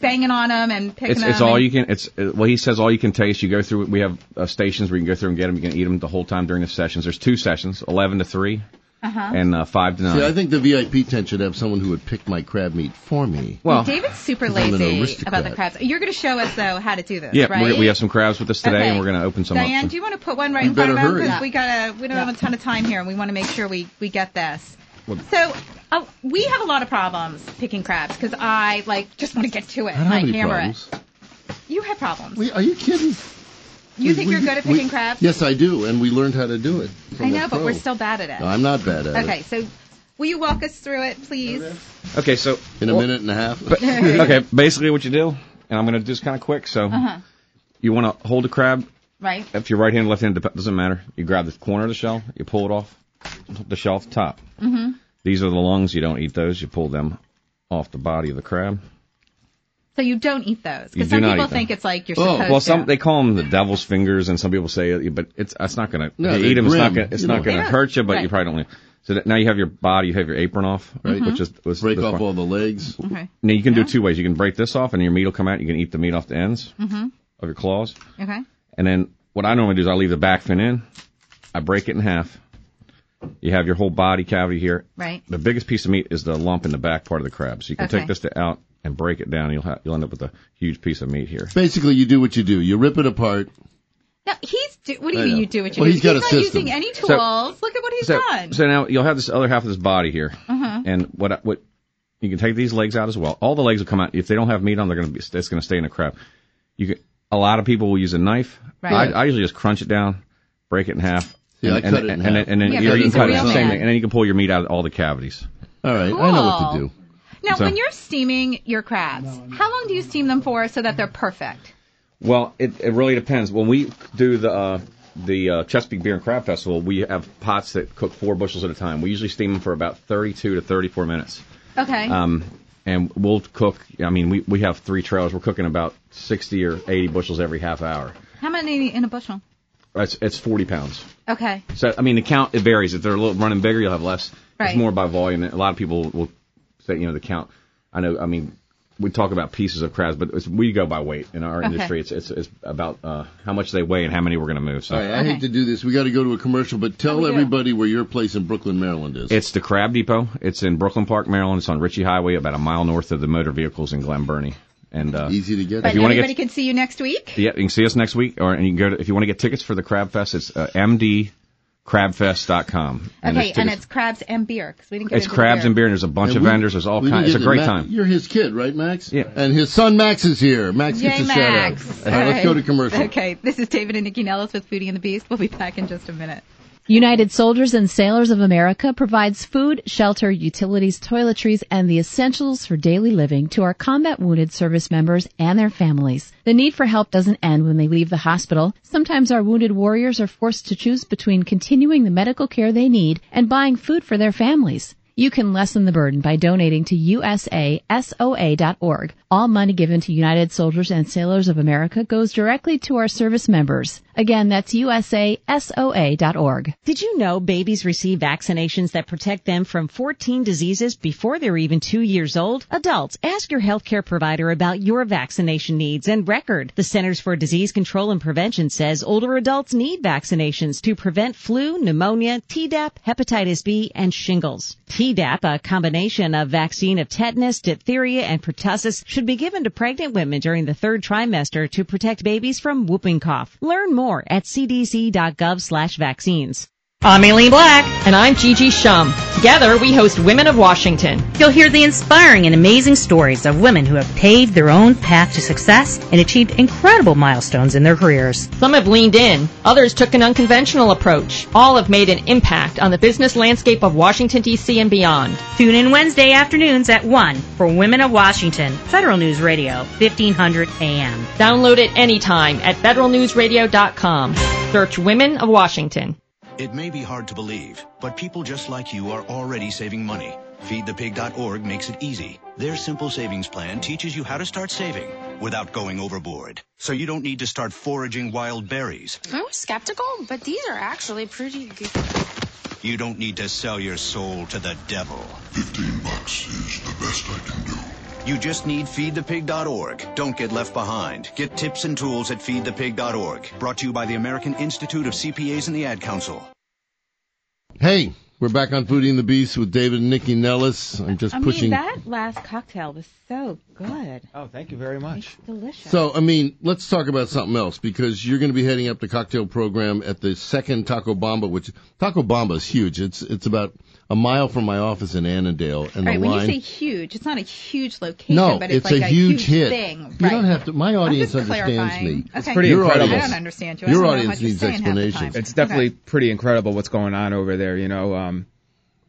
banging on them and picking it's them. it's all and- you can it's uh, well he says all you can taste. You go through. We have uh, stations where you can go through and get them. You can eat them the whole time during the sessions. There's two sessions, 11 to 3 Uh-huh. and uh, 5 to 9. See, I think the VIP tent should have someone who would pick my crab meat for me. Well- David's super I'm an lazy aristocrat. about the crabs. You're going to show us though how to do this, yeah, right? we, we have some crabs with us today, and Okay. we're going to open some Diane, up. do you want to put one right You in front of better him hurry. because we gotta we don't have a ton of time here and we want to make sure we we get this. Well- So uh, we have a lot of problems picking crabs because I like just want to get to it. I don't have and any hammer problems. it. You have problems. We- are you kidding? You We- think we- you're good at we- picking crabs? Yes, I do, and we learned how to do it. from I the know, but Oh, we're pro. still bad at it. No, I'm not bad at okay, it. so will you walk us through it, please? Okay, so in a minute and a half. (laughs) But, okay, basically what you do, and I'm going to do this kind of quick. So Uh-huh. you want to hold a crab. Right. If you're right handed, left handed, dep- doesn't matter. You grab the corner of the shell, you pull it off the shell off the top. Mm-hmm. These are the lungs. You don't eat those. You pull them off the body of the crab. So you don't eat those You because some do not people eat them. Oh, think it's like you're Oh. supposed well, to. some they call them the devil's fingers, and some people say, it, but it's that's not going to. No, if you they're eat them, it's not grim. going. It's You not don't- going to Yeah. hurt you, but you Right. probably don't. So that, now you have your body, you have your apron off, Right. Mm-hmm. Which is was Break the off part- all the legs. Okay. Now you can do it two ways. You can break this off, and your meat will come out. You can eat the meat off the ends Mm-hmm. of your claws. Okay. And then what I normally do is I leave the back fin in. I break it in half. You have your whole body cavity here. Right. The biggest piece of meat is the lump in the back part of the crab. So you can Okay. take this to out and break it down. and You'll ha- you'll end up with a huge piece of meat here. Basically, you do what you do. You rip it apart. No, he's. Do, what do I you know. you do? What you Well, do? he's got a not system. using any So- tools. Look at what he's so, done. so now you'll have this other half of this body here, Uh-huh. and what I- what you can take these legs out as well. All the legs will come out. If they don't have meat on, they're gonna be it's gonna stay in the crab. You can, a lot of people will use a knife. Right. I, I usually just crunch it down, break it in half. Yeah, I and, and- cut it in and, And, half. and then Yeah, you but you he's a cut it real the same man. thing, and then you can pull your meat out of all the cavities. All right, I know what to Cool. do. Now, So- when you're steaming your crabs, how long do you steam them for so that they're perfect? Well, it, it really depends. When we do the uh, the uh, Chesapeake Beer and Crab Festival, we have pots that cook four bushels at a time. We usually steam them for about 32 to 34 minutes. Okay. Um, and we'll cook. I mean, we, we have three trailers. We're cooking about 60 or 80 bushels every half hour. how many in a bushel? It's, it's 40 pounds. Okay. So I mean, the count it varies. If they're a little running bigger, you'll have less. Right. It's more by volume. A lot of people will say, you know, the count. I know. I mean, we talk about pieces of crabs, but it's, we go by weight in our Okay. industry. It's it's, it's about uh, how much they weigh and how many we're going to move. So All right, I hate to do this. We got to go to a commercial, but Oh, tell everybody where your place in Brooklyn, Maryland is. it's the Crab Depot. It's in Brooklyn Park, Maryland. It's on Ritchie Highway, about a mile north of the motor vehicles in Glen Burnie. And uh, easy to get. But if you want to everybody get can see you next week. Yeah, you can see us next week, or and you can go to if you want to get tickets for the Crab Fest. It's uh, mdcrabfest.com. okay, there's and tickets- it's crabs and beer 'cause we didn't get it's into the crabs and beer. and There's a bunch And of we- vendors. There's all we didn't kinds. It's a get great Ma- time. You're his kid, right, Max? Yeah. And his son Max is here. Max gets Yay, a Max. shout out. All right, let's go to commercial. Okay, this is David and Nikki Nellis with Foodie and the Beast. We'll be back in just a minute. United Soldiers and Sailors of America provides food, shelter, utilities, toiletries, and the essentials for daily living to our combat wounded service members and their families. The need for help doesn't end when they leave the hospital. Sometimes our wounded warriors are forced to choose between continuing the medical care they need and buying food for their families. You can lessen the burden by donating to usasoa.org. All money given to United Soldiers and Sailors of America goes directly to our service members. Again, that's usasoa.org. Did you know babies receive vaccinations that protect them from 14 diseases before they're even two years old? Adults, ask your healthcare provider about your vaccination needs and record. The Centers for Disease Control and Prevention says older adults need vaccinations to prevent flu, pneumonia, Tdap, hepatitis B, and shingles. Tdap, a combination of vaccine of tetanus, diphtheria, and pertussis, should be given to pregnant women during the third trimester to protect babies from whooping cough. Learn more at cdc.gov slash vaccines. I'm Aileen Black. And I'm Gigi Shum. Together, we host Women of Washington. You'll hear the inspiring and amazing stories of women who have paved their own path to success and achieved incredible milestones in their careers. Some have leaned in, others took an unconventional approach. All have made an impact on the business landscape of Washington, D.C. and beyond. Tune in Wednesday afternoons at 1 for Women of Washington, Federal News Radio, 1500 AM. Download it anytime at federalnewsradio.com. Search Women of Washington. It may be hard to believe, but people just like you are already saving money. FeedThePig.org makes it easy. Their simple savings plan teaches you how to start saving without going overboard. So you don't need to start foraging wild berries. I was skeptical, but these are actually pretty good. You don't need to sell your soul to the devil. 15 bucks is the best I can do. You just need feedthepig.org. Don't get left behind. Get tips and tools at feedthepig.org. Brought to you by the American Institute of CPAs and the Ad Council. Hey, we're back on Foodie and the Beast with David and Nikki Nellis. I'm just I pushing. mean, that last cocktail was so good. Oh, thank you very much. delicious. So, I mean, let's talk about something else because you're going to be heading up the cocktail program at the second Taco Bamba, which Taco Bamba is huge. It's it's about a mile from my office in Annandale, and All right, the when line. you say huge, it's not a huge location, no, but it's, a, like huge, hit. thing. You right. don't have to. My I'm audience just understands clarifying. me. Okay. It's pretty your incredible. Audience, I don't understand you. I Your don't know audience what you're needs saying half the explanation. time. It's definitely pretty incredible what's going on over there. You know, um,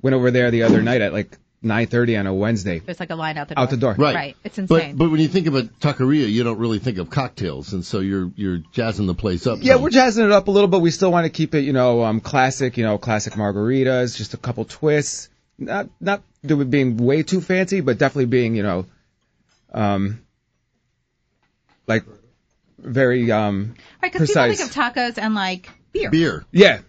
went over there the other night at like 9:30 on a Wednesday. There's like a line out the door. Out the door. Right. It's insane. But but when you think of a taqueria, you don't really think of cocktails, and so you're you're jazzing the place up. Yeah, we're jazzing it up a little, but we still want to keep it, you know, um, classic. You know, classic margaritas, just a couple twists. Not not do it being way too fancy, but definitely being, you know, um, like very um Right, because people precise. think of tacos and like beer. Yeah.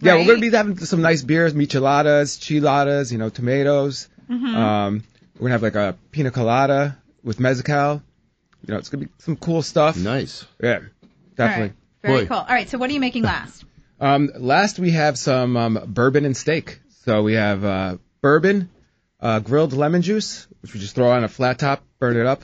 Yeah, Right? we're gonna be having some nice beers, micheladas, chiladas, you know, tomatoes. Mhm. Um, we're gonna have like a pina colada with mezcal. You know, it's gonna be some cool stuff. Nice. Yeah, definitely. All right. Very cool. All right, so what are you making last? Um, last we have some um, bourbon and steak. So we have uh, bourbon, uh, grilled lemon juice, which we just throw on a flat top, burn it up.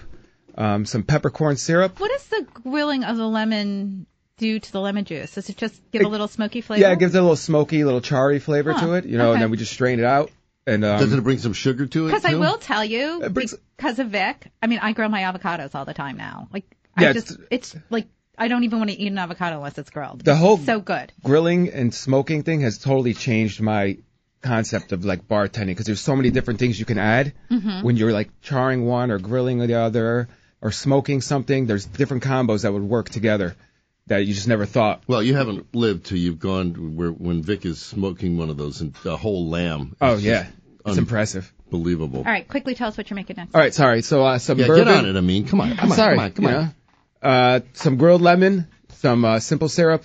Um, some peppercorn syrup. What does the grilling of the lemon do to the lemon juice? Does it just give a little smoky flavor? Yeah, it gives it a little smoky, little charry flavor Huh, to it. You know, okay. and then we just strain it out. And um, doesn't it bring some sugar to Because I will tell you, because of Vic, I mean, I grill my avocados all the time now. Like, I Yeah, just, it's like, I don't even want to eat an avocado unless it's grilled. The whole- It's so good. grilling and smoking thing has totally changed my concept of like bartending because there's so many different things you can add Mhm. when you're like charring one or grilling the other or smoking something. There's different combos that would work together that you just never thought. Uh, Well, you haven't lived till you've gone where when Vic is smoking one of those and a whole lamb. It's Oh, just yeah. It's impressive. Unbelievable. All right, quickly tell us what you're making next. All right, sorry. So uh, some Yeah, get bourbon. on it, I mean. Come on, come I'm on, sorry. come on, come you on. know. Uh, some grilled lemon, some uh, simple syrup,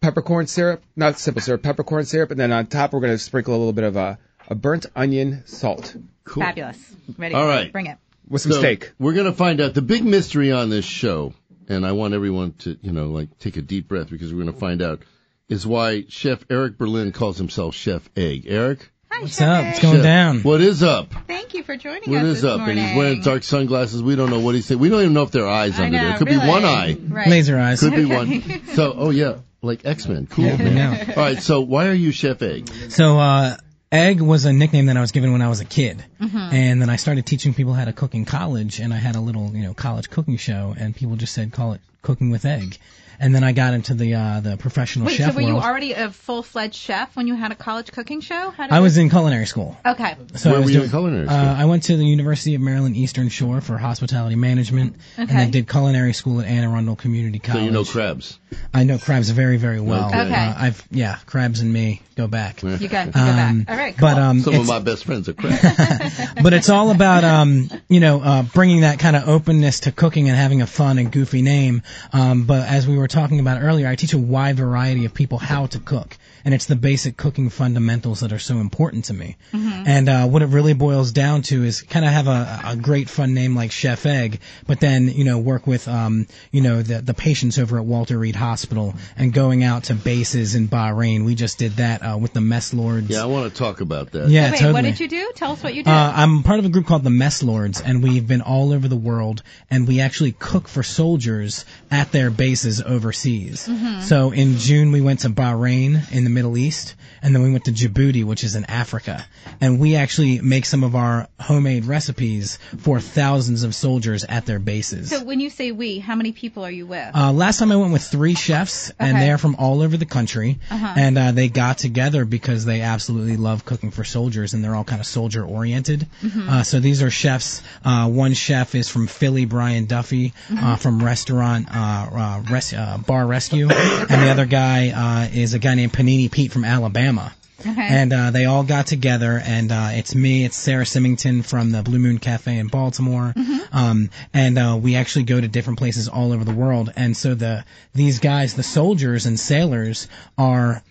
peppercorn syrup, not simple syrup, peppercorn syrup, and then on top we're gonna sprinkle a little bit of uh, a burnt onion salt. Fabulous. Ready? All right. Bring it. With some So, steak. We're gonna find out the big mystery on this show, and I want everyone to, you know, like take a deep breath because we're gonna find out is why Chef Eric Berlin calls himself Chef Egg. Eric, What's up? What's going down? What is up? Thank you for joining What us. is this up? Morning. And he's wearing dark sunglasses. We don't know what he's saying. We don't even know if there are eyes I under there. know, It could really. be one eye. Right. Laser eyes. Could be Okay. one. (laughs) So, oh yeah, like X Men. Cool. Yeah, I man. know. All right. So, why are you Chef Egg? So, uh, Egg was a nickname that I was given when I was a kid. Hmm. Mm-hmm. And then I started teaching people how to cook in college, and I had a little, you know, college cooking show, and people just said, call it, cooking with egg, and then I got into the uh, the professional Wait, chef so were you world. already a full fledged chef when you had a college cooking show? How did I it- was in culinary school. Okay. So Where I was were you doing, in culinary school? Uh, I went to the University of Maryland Eastern Shore for hospitality management, and Okay. then did culinary school at Anne Arundel Community So College. you know crabs. I know crabs very, very well. Okay. Okay. Uh, I've yeah, crabs and me go back. You got- you go back. All right, But cool. um, Some of it's- my best friends are crabs. (laughs) but it's all about um, you know uh, bringing that kind of openness to cooking and having a fun and goofy name. Um, but as we were talking about earlier, I teach a wide variety of people how to cook, and it's the basic cooking fundamentals that are so important to me. Mm-hmm. Mm-hmm. And uh, what it really boils down to is kind of have a, a great fun name like Chef Egg, but then you know work with um, you know the the patients over at Walter Reed Hospital and going out to bases in Bahrain. We just did that uh, with the mess lords. yeah, I want to talk about that. Yeah, Wait, totally. what did you do? Tell us what you did. Uh, I'm part of a group called the Mess Lords, and we've been all over the world, and we actually cook for soldiers at their bases overseas. Mm-hmm. Mhm. So in June, we went to Bahrain in the Middle East, and then we went to Djibouti, which is in Africa. And we actually make some of our homemade recipes for thousands of soldiers at their bases. so when you say we, how many people are you with? Uh, last time I went with three chefs, and Okay. they're from all over the country, Uh-huh. and uh, they got together because they absolutely love cooking for soldiers, and they're all kind of soldier oriented. Mm-hmm. Mhm. Uh, so these are chefs. Uh, one chef is from Philly, Brian Duffy, uh, Mm-hmm. Mhm. from restaurant uh, uh, res- uh, Bar (coughs) Rescue, and the other guy uh, is a guy named Panini Pete from Alabama. Okay. And uh, they all got together, and uh, it's me, it's Sarah Symington from the Blue Moon Cafe in Baltimore, Mm-hmm. um, and uh, we actually go to different places all over the world. And so the these guys, the soldiers and sailors, are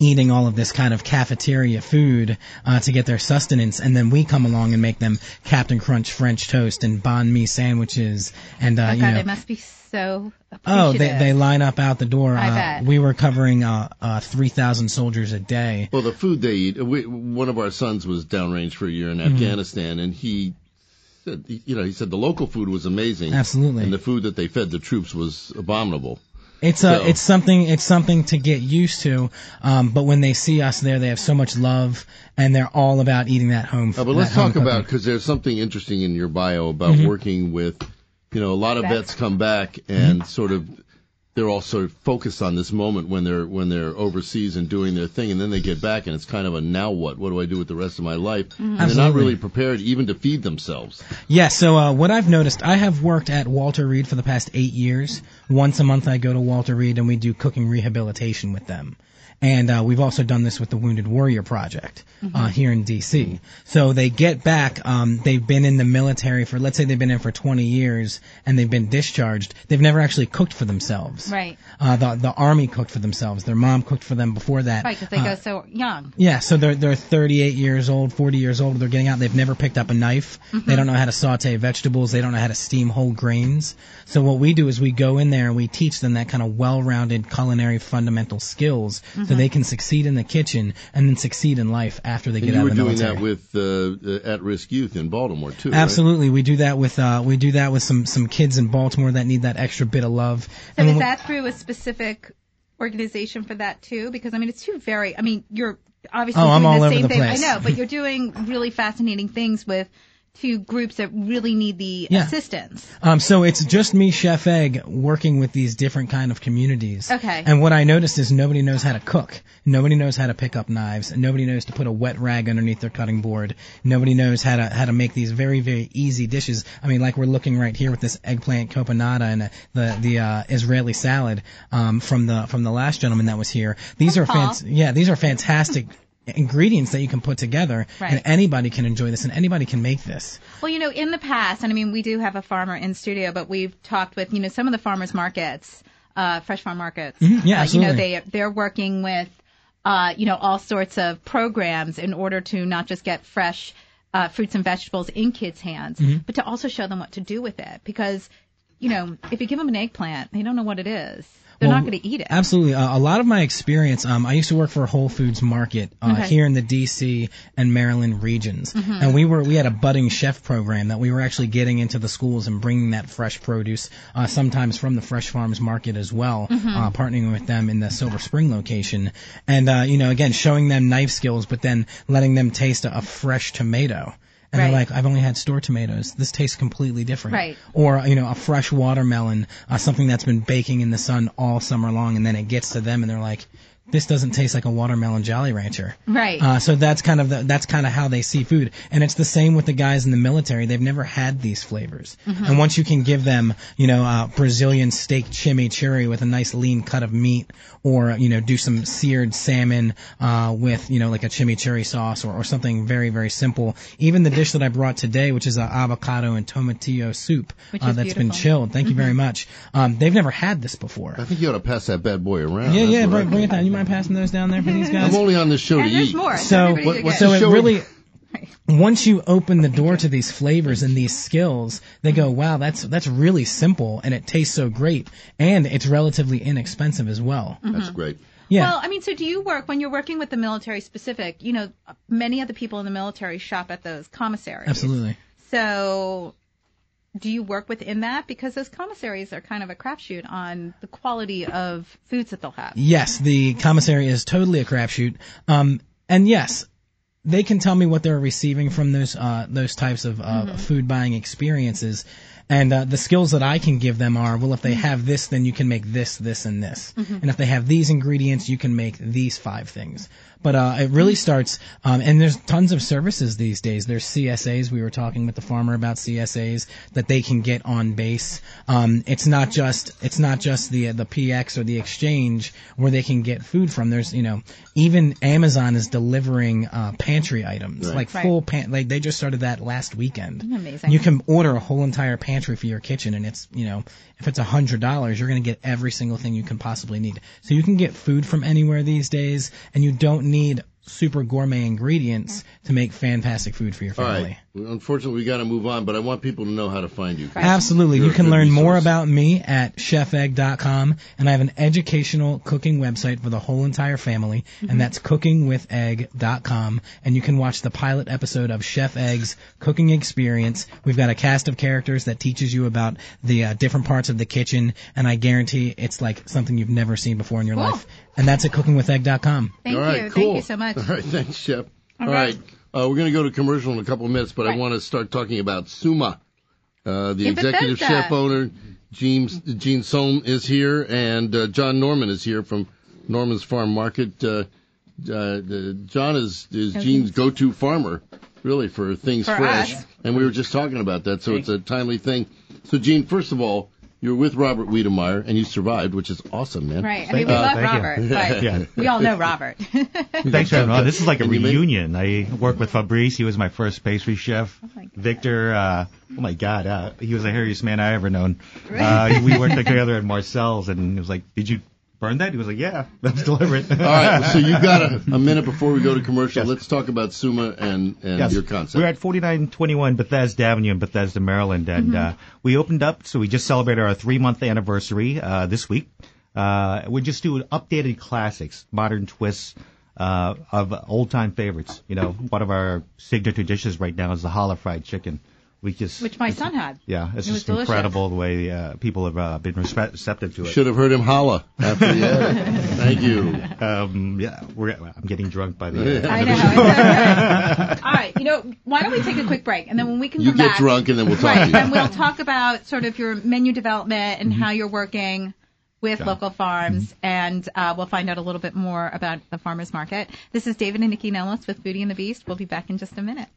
eating all of this kind of cafeteria food uh, to get their sustenance, and then we come along and make them Captain Crunch French toast and banh mi sandwiches, and uh, oh, you God, know. they must be so Oh, they, appreciative. they line up out the door. I uh, bet. We were covering uh, uh, 3,000 soldiers a day. Well, the food they eat. We, one of our sons was downrange for a year in Mhm. Afghanistan, and he said, you know, he said the local food was amazing. Absolutely. And the food that they fed the troops was abominable. It's a, So- it's something, it's something to get used to. Um, but when they see us there, they have so much love, and they're all about eating that home. Uh, but that let's home talk cooking. about because there's something interesting in your bio about Mhm. working with, you know, a lot of Vets. vets come back Mm-hmm. and sort of they're all sort of focused on this moment when they're when they're overseas and doing their thing, and then they get back and it's kind of a now what? What do I do with the rest of my life? And they're not Absolutely. really prepared even to feed themselves. Yeah, so uh, what I've noticed, I have worked at Walter Reed for the past eight years. Once a month, I go to Walter Reed and we do cooking rehabilitation with them. And uh, we've also done this with the Wounded Warrior Project uh, Mhm. here in D.C. So they get back, um, they've been in the military for, let's say they've been in for 20 years and they've been discharged. They've never actually cooked for themselves. Right. Uh, the, the army cooked for themselves. Their mom cooked for them before that. Right, because they Uh, go so young. yeah, so they're they're 38 years old, 40 years old. They're getting out. They've never picked up a knife. Mhm. They don't know how to saute vegetables. They don't know how to steam whole grains. So what we do is we go in there and we teach them that kind of well-rounded culinary fundamental skills, so Mm-hmm. Mhm. they can succeed in the kitchen and then succeed in life after they And get you out were of the doing military. that with uh, uh, at-risk youth in Baltimore too. right? Absolutely, we do that with uh, we do that with some some kids in Baltimore that need that extra bit of love. So And is we- that through a specific organization for that too? Because I mean, it's two very. I mean, you're obviously Oh, doing I'm all the over same the thing. place. I know, but you're (laughs) doing really fascinating things with two groups that really need the Yeah. assistance. Um, so it's just me, Chef Egg, working with these different kind of communities. Okay. And what I noticed is nobody knows how to cook. Nobody knows how to pick up knives. and Nobody knows to put a wet rag underneath their cutting board. Nobody knows how to how to make these very very easy dishes. I mean, like we're looking right here with this eggplant copanada and uh, the the uh, Israeli salad um, from the from the last gentleman that was here. These are Paul. fancy. Yeah, these are fantastic. ingredients that you can put together and Right. anybody can enjoy this and anybody can make this Well, you know, in the past, and I mean, we do have a farmer in studio, but we've talked with you know some of the farmers markets, uh, fresh farm markets. Uh, Mhm. Yeah, you know, absolutely. they they're working with uh, you know all sorts of programs in order to not just get fresh uh, fruits and vegetables in kids' hands, Mm-hmm. Mhm. but to also show them what to do with it because you know if you give them an eggplant, they don't know what it is. They're Well, not going to eat it. Absolutely. Uh, a lot of my experience, um, I used to work for Whole Foods Market uh, Okay. Mm-hmm. here in the D.C. and Maryland regions, Mhm. and we were we had a budding chef program that we were actually getting into the schools and bringing that fresh produce, uh, sometimes from the Fresh Farms Market as well, Mm-hmm. Mhm. uh, partnering with them in the Silver Spring location, and uh, you know again showing them knife skills, but then letting them taste a, a fresh tomato. and Right. they're like, I've only had store tomatoes. This tastes completely different. Right. Or you know, a fresh watermelon, uh, something that's been baking in the sun all summer long, and then it gets to them, and they're like, this doesn't taste like a watermelon Jolly Rancher. Right. Uh, so that's kind of the, that's kind of how they see food, and it's the same with the guys in the military. They've never had these flavors, Mm-hmm. Mhm. and once you can give them, you know, uh, Brazilian steak chimichurri with a nice lean cut of meat, or you know, do some seared salmon uh, with you know like a chimichurri sauce or, or something very very simple. Even the dish that I brought today, which is an avocado and tomatillo soup Which uh, is that's been beautiful. chilled. Thank Mhm. you very much. Um, they've never had this before. I think you ought to pass that bad boy around. Yeah, That's what I yeah, bring, bring it down. You mind passing those down there for these (laughs) guys? I'm only on this show to eat. So, What- what's so the it show? really. Once you open the door to these flavors and these skills, they go, "Wow, that's that's really simple, and it tastes so great, and it's relatively inexpensive as well." That's Mhm. great. Yeah. Well, I mean, so do you work when you're working with the military specific? You know, many of the people in the military shop at those commissaries. Absolutely. So, do you work within that? Because those commissaries are kind of a crapshoot on the quality of foods that they'll have. Yes, the commissary is totally a crapshoot. Um, and yes, they can tell me what they're receiving from those uh, those types of uh, food buying experiences, and uh, the skills that I can give them are well, if they have this, then you can make this, this, and this, Mhm. and if they have these ingredients, you can make these five things. But uh, it really starts, um, and there's tons of services these days. There's CSAs. We were talking with the farmer about CSAs that they can get on base. Um, it's not just it's not just the the PX or the exchange where they can get food from. There's you know even Amazon is delivering uh, pantry items Right. like Right. full pan. Like they just started that last weekend. Amazing. You can order a whole entire pantry for your kitchen, and it's you know if it's a hundred dollars, you're going to get every single thing you can possibly need. So you can get food from anywhere these days, and you don't need super gourmet ingredients to make fantastic food for your All family. right. Well, Unfortunately, we got to move on, but I want people to know how to find you. Absolutely. You're You a can good learn resource. more about me at chefegg.com and I have an educational cooking website for the whole entire family Mhm. Mm-hmm. and that's cookingwithegg.com and you can watch the pilot episode of Chef Egg's cooking experience. We've got a cast of characters that teaches you about the uh, different parts of the kitchen and I guarantee it's like something you've never seen before in your Cool. life. And that's at cookingwithegg.com. Thank All right, you. cool. Thank you so much. All right, thanks, Chef. All All right. Uh, we're going to go to commercial in a couple of minutes, but I want to start talking about Suma. Uh, the In executive Bethesda. chef owner, Gene, Gene Sohm, is here, and uh, John Norman is here from Norman's Farm Market. Uh, uh, the- John is, is Okay. Gene's go to farmer, really, for things For fresh. us. And we were just talking about that, so it's a timely thing. So, Gene, first of all, you're with Robert Wiedemeyer, and you survived, which is awesome, man. Right. I mean, we love Robert, (laughs) but we all know Robert. Thanks, Sharon. Oh, this is like a And you made- reunion. I worked with Fabrice. He was my first pastry chef. Victor, uh, oh my God, uh, he was the hairiest man I ever known. Uh, we worked together at Marcel's, and he was like, "Did you burn that?" He was like, "Yeah, that's deliberate." All right, so you've got a, a (laughs) minute before we go to commercial. Let's talk about Suma and, and Yes. your concept. We're at 4921 Bethesda Avenue in Bethesda, Maryland, and Mm-hmm. Mhm. uh, we opened up. So we just celebrated our three month anniversary uh, this week. Uh, we're just doing updated classics, modern twists uh, of old time favorites. You know, one of our signature dishes right now is the challah fried chicken. We just Which my son had. yeah, it's It was just delicious. incredible the way uh, people have uh, been respe- receptive to it. Should have heard him holla after he had (laughs) it. Thank you. Um, yeah, we're, I'm getting drunk (laughs) by the. Uh, I know. (laughs) It's all right. All right. You know, why don't we take a quick break and then when we can You come get back, drunk and then we'll talk Right. to you. Mm-hmm. Then we'll talk about sort of your menu development and how you're working with Yeah. local farms, Mm-hmm. and uh, we'll find out a little bit more about the farmers market. This is David and Nikki Nellis with Beauty and the Beast. We'll be back in just a minute.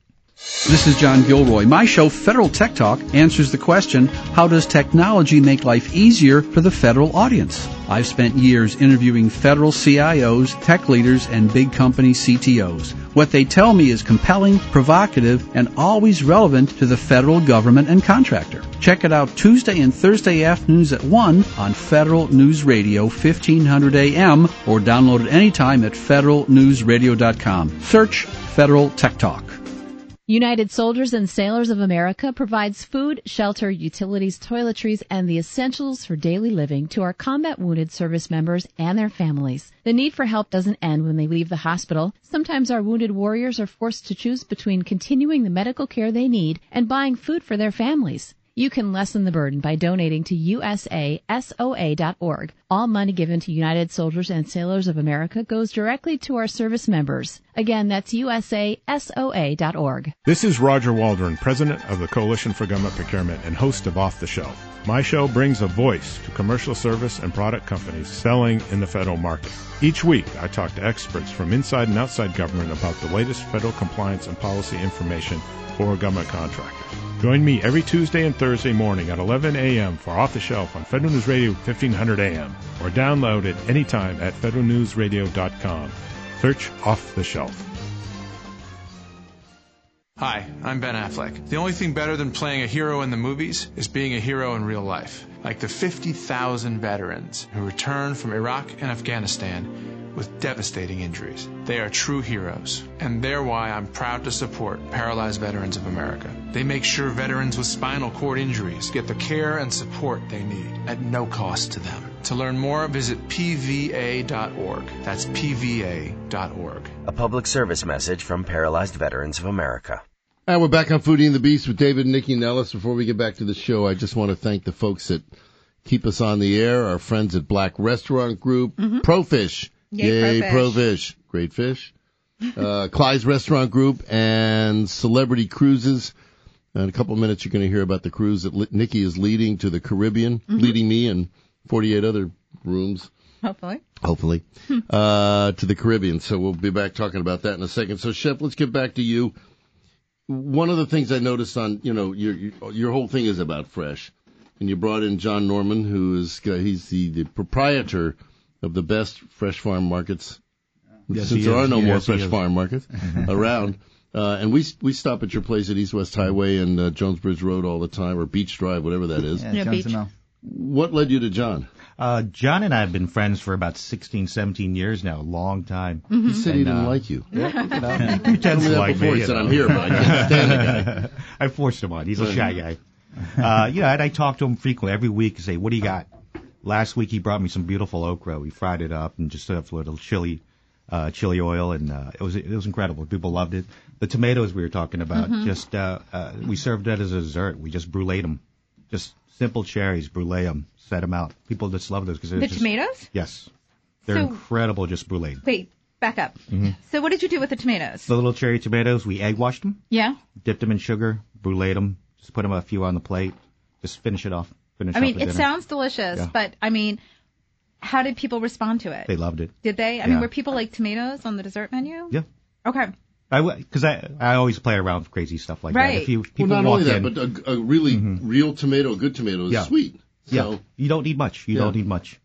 This is John Gilroy. My show, Federal Tech Talk, answers the question how does technology make life easier for the federal audience? I've spent years interviewing federal CIOs, tech leaders, and big company CTOs. What they tell me is compelling, provocative, and always relevant to the federal government and contractor. Check it out Tuesday and Thursday afternoons at 1 on Federal News Radio, 1500 AM, or download it anytime at federalnewsradio.com. Search Federal Tech Talk. United Soldiers and Sailors of America provides food, shelter, utilities, toiletries, and the essentials for daily living to our combat wounded service members and their families. The need for help doesn't end when they leave the hospital. Sometimes our wounded warriors are forced to choose between continuing the medical care they need and buying food for their families. You can lessen the burden by donating to usasoa.org. All money given to United Soldiers and Sailors of America goes directly to our service members. Again, that's usasoa.org. This is Roger Waldron, president of the Coalition for Government Procurement and host of Off the Shelf. My show brings a voice to commercial service and product companies selling in the federal market. Each week, I talk to experts from inside and outside government about the latest federal compliance and policy information for government contractors. Join me every Tuesday and Thursday morning at 11 a.m. for Off the Shelf on Federal News Radio 1500 a.m. or download it anytime at federalnewsradio.com. Search Off the Shelf. Hi, I'm Ben Affleck. The only thing better than playing a hero in the movies is being a hero in real life, like the 50,000 veterans who return from Iraq and Afghanistan with devastating injuries. They are true heroes, and they're why I'm proud to support Paralyzed Veterans of America. They make sure veterans with spinal cord injuries get the care and support they need at no cost to them. To learn more, visit pva.org. That's pva.org. A public service message from Paralyzed Veterans of America. And we're back on Foodie and the Beast with David and Nikki Nellis. Before we get back to the show, I just want to thank the folks that keep us on the air, our friends at Black Restaurant Group, Profish. Mm-hmm. Yay, Profish. Profish. Great fish. Uh, (laughs) Clyde's Restaurant Group and Celebrity Cruises. In a couple of minutes, you're going to hear about the cruise that Li- Nikki is leading to the Caribbean, Mm-hmm. leading me and 48 other rooms Hopefully. hopefully, Hmm. uh, to the Caribbean. So we'll be back talking about that in a second. So, Chef, let's get back to you. One of the things I noticed on, you know, your your, your whole thing is about fresh, and you brought in John Norman, who is uh, he's the, the proprietor of the best fresh farm markets. Yes, since he there is. are no Yes, more he fresh is. farm (laughs) markets around. Uh, and we we stop at your place at East West Highway and uh, Jones Bridge Road all the time, or Beach Drive, whatever that is. Yeah, Yeah, Johnson Beach. Mill. What led you to John? Uh, John and I have been friends for about 16, 17 years now, a long time. uh, Mhm. He said he didn't like you. (laughs) Yeah, He told me that before. He you said, know. "I'm here, but I can't stand the (laughs) I forced him on. He's a shy guy. Uh, you know, and I talk to him frequently every week and say, what do you got? Last week he brought me some beautiful okra. We fried it up and just stuffed with a little chili, uh, chili oil, and uh, it was it was incredible. People loved it. The tomatoes we were talking about, Mhm. just uh, uh, we served that as a dessert. We just bruleed them, just simple cherries, brulee them, set them out. People just love those because The tomatoes? Yes, they're So- incredible, just bruleed. Wait, back up. Mm-hmm. Mhm. So what did you do with the tomatoes? The little cherry tomatoes, we egg washed them, Yeah. dipped them in sugar, bruleed them, just put them a few on the plate, just finish it off. Finish I off mean, it the dinner. sounds delicious, Yeah. but I mean, how did people respond to it? They loved it. Did they? I mean, Yeah. were people like tomatoes on the dessert menu? Yeah. Okay. I because I I always play around with crazy stuff like that. Right. If you Well, people well, not walk only that, in, Mm-hmm. but a, a really real tomato, a good tomato, is Yeah. sweet. So yeah, you don't need much. You Yeah. don't need much.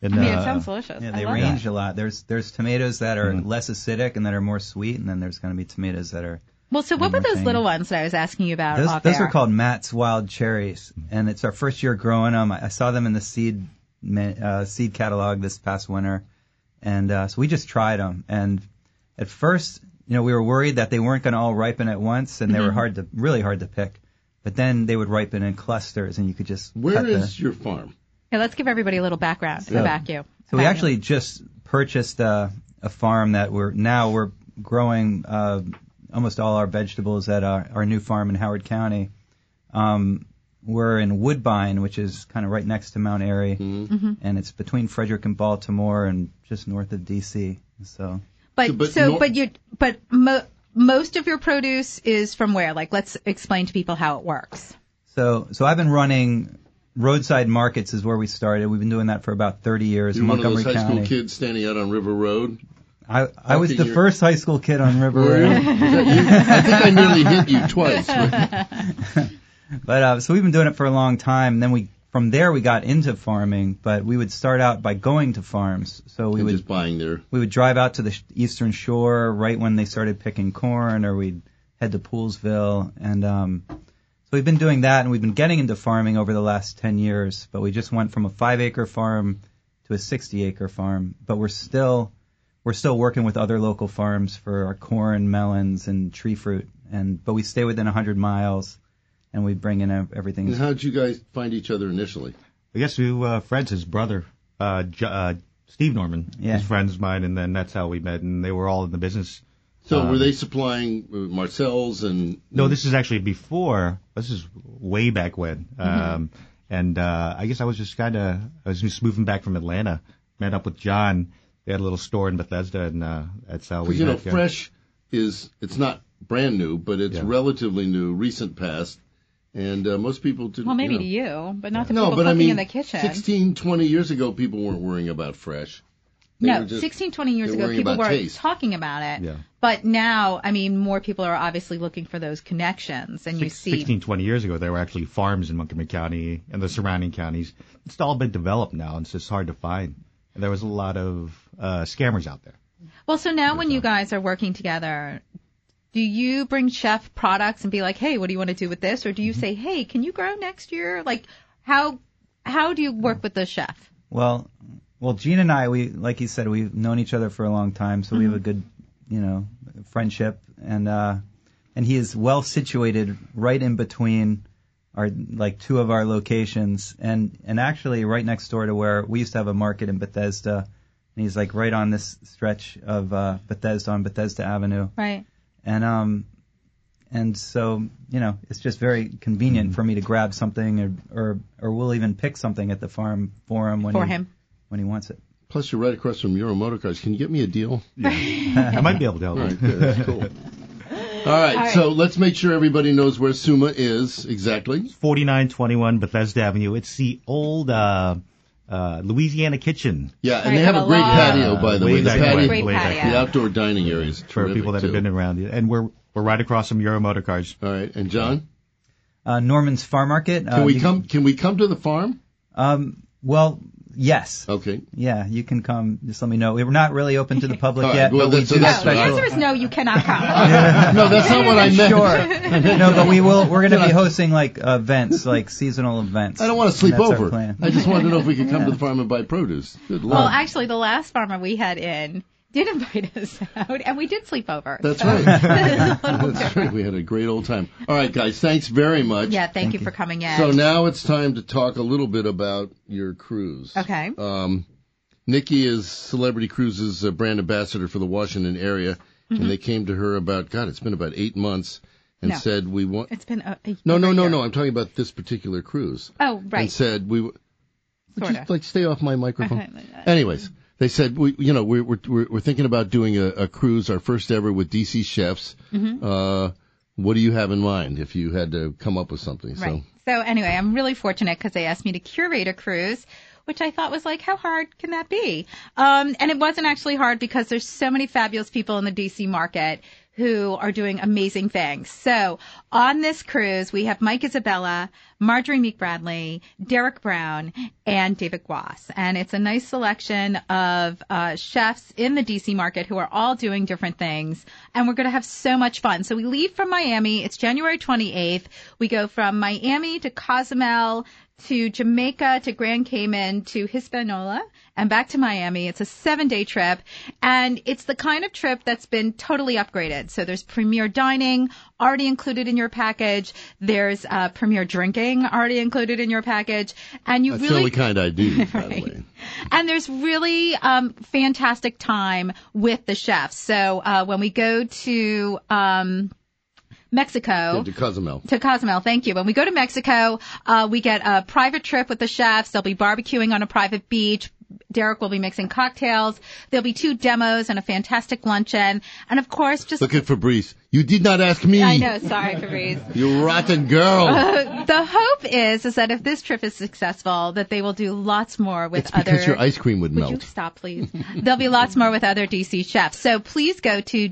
And, I mean, it uh, sounds delicious. Yeah, I they love range a lot. There's there's tomatoes that are Mm-hmm. less acidic and that are more sweet, and then there's going to be tomatoes that are. Well, so what were One more those thing. little ones that I was asking you about Those, off those air? are called Matt's Wild Cherries, and it's our first year growing them. I I saw them in the seed ma- uh, seed catalog this past winter, and uh, so we just tried them. And at first, you know, we were worried that they weren't going to all ripen at once, and they were Mhm. hard to really hard to pick. But then they would ripen in clusters, and you could just. where cut the- is your farm? Yeah, let's give everybody a little background Yeah. about you. So we About you. actually just purchased a, a farm that we're now we're growing uh, almost all our vegetables at our, our new farm in Howard County. Um, we're in Woodbine, which is kind of right next to Mount Airy, Mm-hmm. Mhm. and it's between Frederick and Baltimore, and just north of D.C. So But so, So, but, but so, nor- but you, but mo- most of your produce is from where? Like, let's explain to people how it works. so so I've been running roadside markets is where we started. We've been doing that for about 30 years You're in one of Montgomery those high County. school kids standing out on River Road. I, I was Okay, the you're- first high school kid on River Were Road. you? Was that you? I think I nearly hit you twice. (laughs) but uh, so we've been doing it for a long time. And then we from there we got into farming, but we would start out by going to farms. So we And would just buying there. We would drive out to the sh- eastern shore right when they started picking corn, or we'd head to Poolsville, and um, so we've been doing that, and we've been getting into farming over the last ten years. But we just went from a five acre farm to a sixty acre farm, but we're still we're still working with other local farms for our corn, melons, and tree fruit, and but we stay within hundred miles, and we bring in ev- everything. And Uh-huh. how'd you guys find each other initially? I guess who uh, Fred's his brother, uh, J- uh, Steve Norman. Yeah. His friend's mine, and then that's how we met, and they were all in the business. So Um, were they supplying uh, Marcel's and No, this is actually before. This is way back when. Mm-hmm. Um, and uh, I guess I was just kind of I was just moving back from Atlanta. Met up with John. They had a little store in Bethesda, and uh, that's how we. Because, you know, met, uh, fresh is it's not brand new, but it's relatively new, recent past, and uh, most people didn't. Well, maybe you know. to you, but not to no, people but cooking I mean, in the kitchen. 16, 20 years ago, people weren't worrying about fresh. They no, were just- sixteen, twenty 16, 20 years they were ago, worrying people about were taste. talking about it. Yeah. But now, I mean, more people are obviously looking for those connections, and you Six, see 16, 20 years ago, there were actually farms in Montgomery County and the surrounding counties. It's all been developed now, and it's just hard to find. And there was a lot of uh, scammers out there. Well, so now when you guys are working together, do you bring chef products and be like, "Hey, what do you want to do with this?" Or do Mm-hmm. you say, "Hey, can you grow next year?" Like, how how do you work with the chef? Well, well, Gene and I, we like you said, we've known each other for a long time, so we Mm-hmm. have a good, you know, friendship, and uh, and he is well situated right in between our like two of our locations, and and actually right next door to where we used to have a market in Bethesda, and he's like right on this stretch of uh, Bethesda on Bethesda Avenue, Right. and um and so you know it's just very Mm-hmm. convenient for me to grab something or or or we'll even pick something at the farm for him when For he, him. when he wants it Plus, you're right across from Euro Motor Cars. Can you get me (laughs) a deal? (laughs) I might be able to help All you. right, good. That's (laughs) cool. All right, so let's make sure everybody knows (laughs) where Suma is exactly. 4921 Bethesda Avenue. It's the old uh, uh, Louisiana kitchen. Yeah, and they have a great patio, by the way. The patio, way back when. the outdoor dining area is for terrific, people that too. have been around. And we're we're right across from Euro Motor Cars. All right, and John, uh, Norman's Farm Market. uh, Can we come? Can we come to the farm? Um, well, yes. Okay. Yeah, you can come. Just let me know. We're not really open to the public All right, yet, well, but we that's- do that's- The special. answer (laughs) is no. You cannot (laughs) come. no, that's (laughs) not what I meant. (laughs) Sure. No, but we will. We're going to be hosting like events, like seasonal events. I don't want to sleep That's our over. plan. I just wanted to know if we could come to the farm and buy produce. Good luck. well, actually, the last farmer we had in did invite (laughs) us out, and we did sleep over. That's (laughs) So- right. That's right. (laughs) We had a great old time. All right, guys. Thanks very (laughs) much. yeah. Thank, you, for coming in. So now it's time to talk a little bit about your cruise. Okay. Um, Nikki is Celebrity Cruises' uh, brand ambassador for the Washington area, Mhm. and they came to her about God. It's been about eight months, and No. said we want. it's been a, a No, no, no, no. I'm talking about this particular cruise. Oh, And right. Uh, said we. w- Would you Sorta. like stay off (laughs) my microphone? Anyways, they said we, you know, we're we're we're- we're thinking about doing a, a cruise, our first ever with DC chefs. Mhm. Uh, what do you have in mind if you had to come up with something? Right. So anyway, I'm really fortunate because they asked me to curate a cruise, which I thought was like, how hard can that be? Um, and it wasn't actually hard because there's so many fabulous people in the DC market who are doing amazing things. So on this cruise, we have Mike Isabella, Marjorie Meek Bradley, Derek Brown, and David Guas. And it's a nice selection of uh, chefs in the DC market who are all doing different things. And we're going to have so much fun. So we leave from Miami. It's January 28th. We go from Miami to Cozumel to Jamaica to Grand Cayman to Hispaniola and back to Miami. It's a seven day trip and it's the kind of trip that's been totally upgraded. So there's premier dining already included in your package. There's uh, premier drinking already included in your package. And you That's the really only kind I do, by (laughs) the Right. way. And there's really um, fantastic time with the chefs. So uh, when we go to um, Mexico, Yeah, to Cozumel. to Cozumel, thank you. When we go to Mexico, uh, we get a private trip with the chefs. They'll be barbecuing on a private beach. Derek will be mixing cocktails. There'll be two demos and a fantastic luncheon. And of course, just Look at Fabrice. You did not ask me. Oh. I know. Sorry, (laughs) Fabrice. You rotten girl. Uh, the hope is is that if this trip is successful, that they will do lots more (laughs) with it's other. because your ice cream would, Would you melt. stop, please? There'll be lots more with other DC chefs. So please go to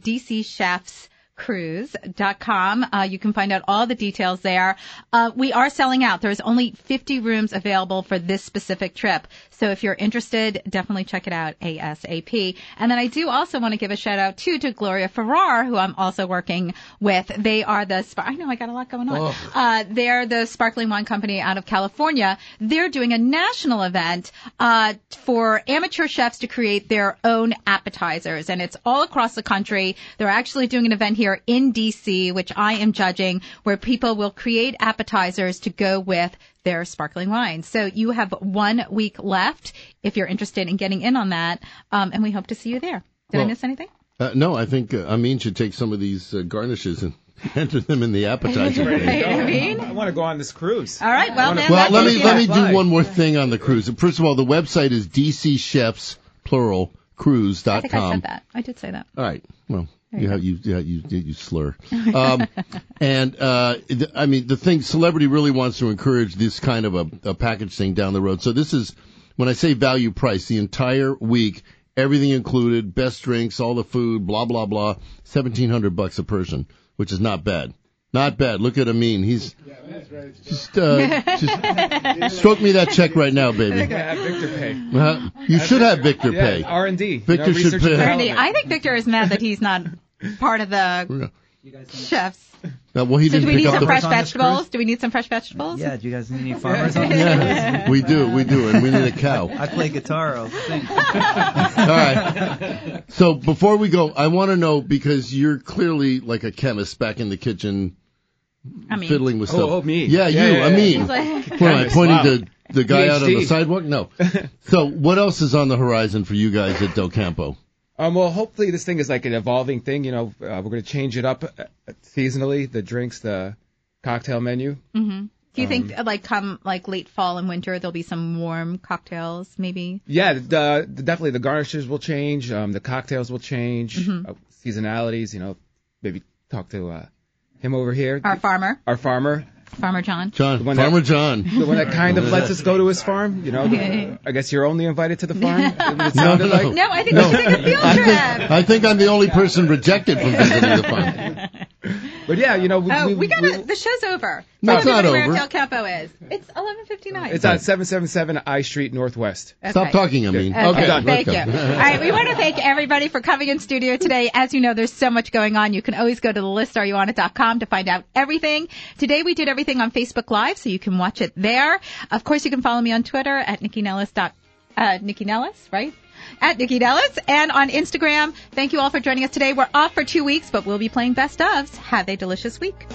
DCChefsCruise.com. Uh, you can find out all the details there. Uh, we are selling out. There's only 50 rooms available for this specific trip. So if you're interested, definitely check it out ASAP. And then I do also want to give a shout out too to Gloria Farrar, who I'm also working with. They are the, sp- I know I got a lot going on. Oh. Uh, they're the sparkling wine company out of California. They're doing a national event uh, for amateur chefs to create their own appetizers, and it's all across the country. They're actually doing an event here in DC, which I am judging, where people will create appetizers to go with their sparkling wine. So you have one week left if you're interested in getting in on that, um, and we hope to see you there. Did I Well, miss anything? Uh, no, I think uh, Amin should take some of these uh, garnishes and (laughs) enter them in (laughs) the appetizer. Ready to thing. (laughs) go. I mean? I want to go on this cruise. All right, well, then Well, let me let me Fly. do one more thing on the cruise. First of all, the website is DC Chefs plural cruise I dot think I com. said that. I did say that. All right. Well, There you, you have, you, yeah, you you you slur. Um, (laughs) and uh, th- I mean, the thing celebrity really wants to encourage this kind of a, a package thing down the road. So this is when I say value price, the entire week, everything included, best drinks, all the food, blah blah blah, seventeen hundred bucks a person, which is not bad. Not bad. Look at Amin. He's just (laughs) uh, (laughs) just stroke me that check right now, I think baby. I have Victor pay. Uh, you should have Victor Yeah, pay. R&D. Victor you know, should research and pay- Randy, development. I think Victor is mad that he's not part of the Yeah. chefs. Uh, well, he So do didn't we pick need up some the fresh vegetables? Do we need some fresh vegetables? Yeah, do you guys need any farmers on Yeah, this? we do, we do, and we need a (laughs) cow. I play guitar. I'll sing. (laughs) All (laughs) right. So before we go, I want to know because you're clearly like a chemist back in the kitchen, I mean, fiddling with stuff. Oh, oh, me. Yeah, Yeah, you. yeah, I yeah. mean, He's like- what am I Chemist, pointing wow. to the guy out on the PhD. sidewalk? No. So what else is on the horizon for you guys at Del Campo? Um, well, hopefully this thing is like an evolving thing. You know, uh, we're going to change it up uh, seasonally. The drinks, the cocktail menu. hmm Do Um, you think like come like late fall and winter there'll be some warm cocktails maybe? Yeah, the, the definitely the garnishes will change. Um, the cocktails will change. Mhm. Uh, seasonalities. You know, maybe talk to uh, him over here. Our farmer, Our farmer, Farmer John. John, one Farmer that, John, the one that kind of (laughs) lets us go to his farm. You know, (laughs) Okay. I guess you're only invited to (laughs) the farm. It No, sounded no, like- No, I think we should make a field (laughs) I trip. think, I think I'm the only person rejected from visiting the farm. But yeah, you know, we, Oh, we, we gotta. the show's over. No, Tell it's not everybody where over. Del Capo is. It's 11:59. It's on 777 I Street Northwest. Stop Okay. talking, I mean. Okay, thank you. All right, we want to thank everybody for coming in studio today. As you know, there's so much going on. You can always go to the list are you on it.com to find out everything. Today we did everything on Facebook Live, so you can watch it there. Of course, you can follow me on Twitter at Nikki Nellis. Dot, uh, Nikki Nellis, right? At Nikki Nellis and on Instagram. Thank you all for joining us today. We're off for two weeks, but we'll be playing best ofs. Have a delicious week.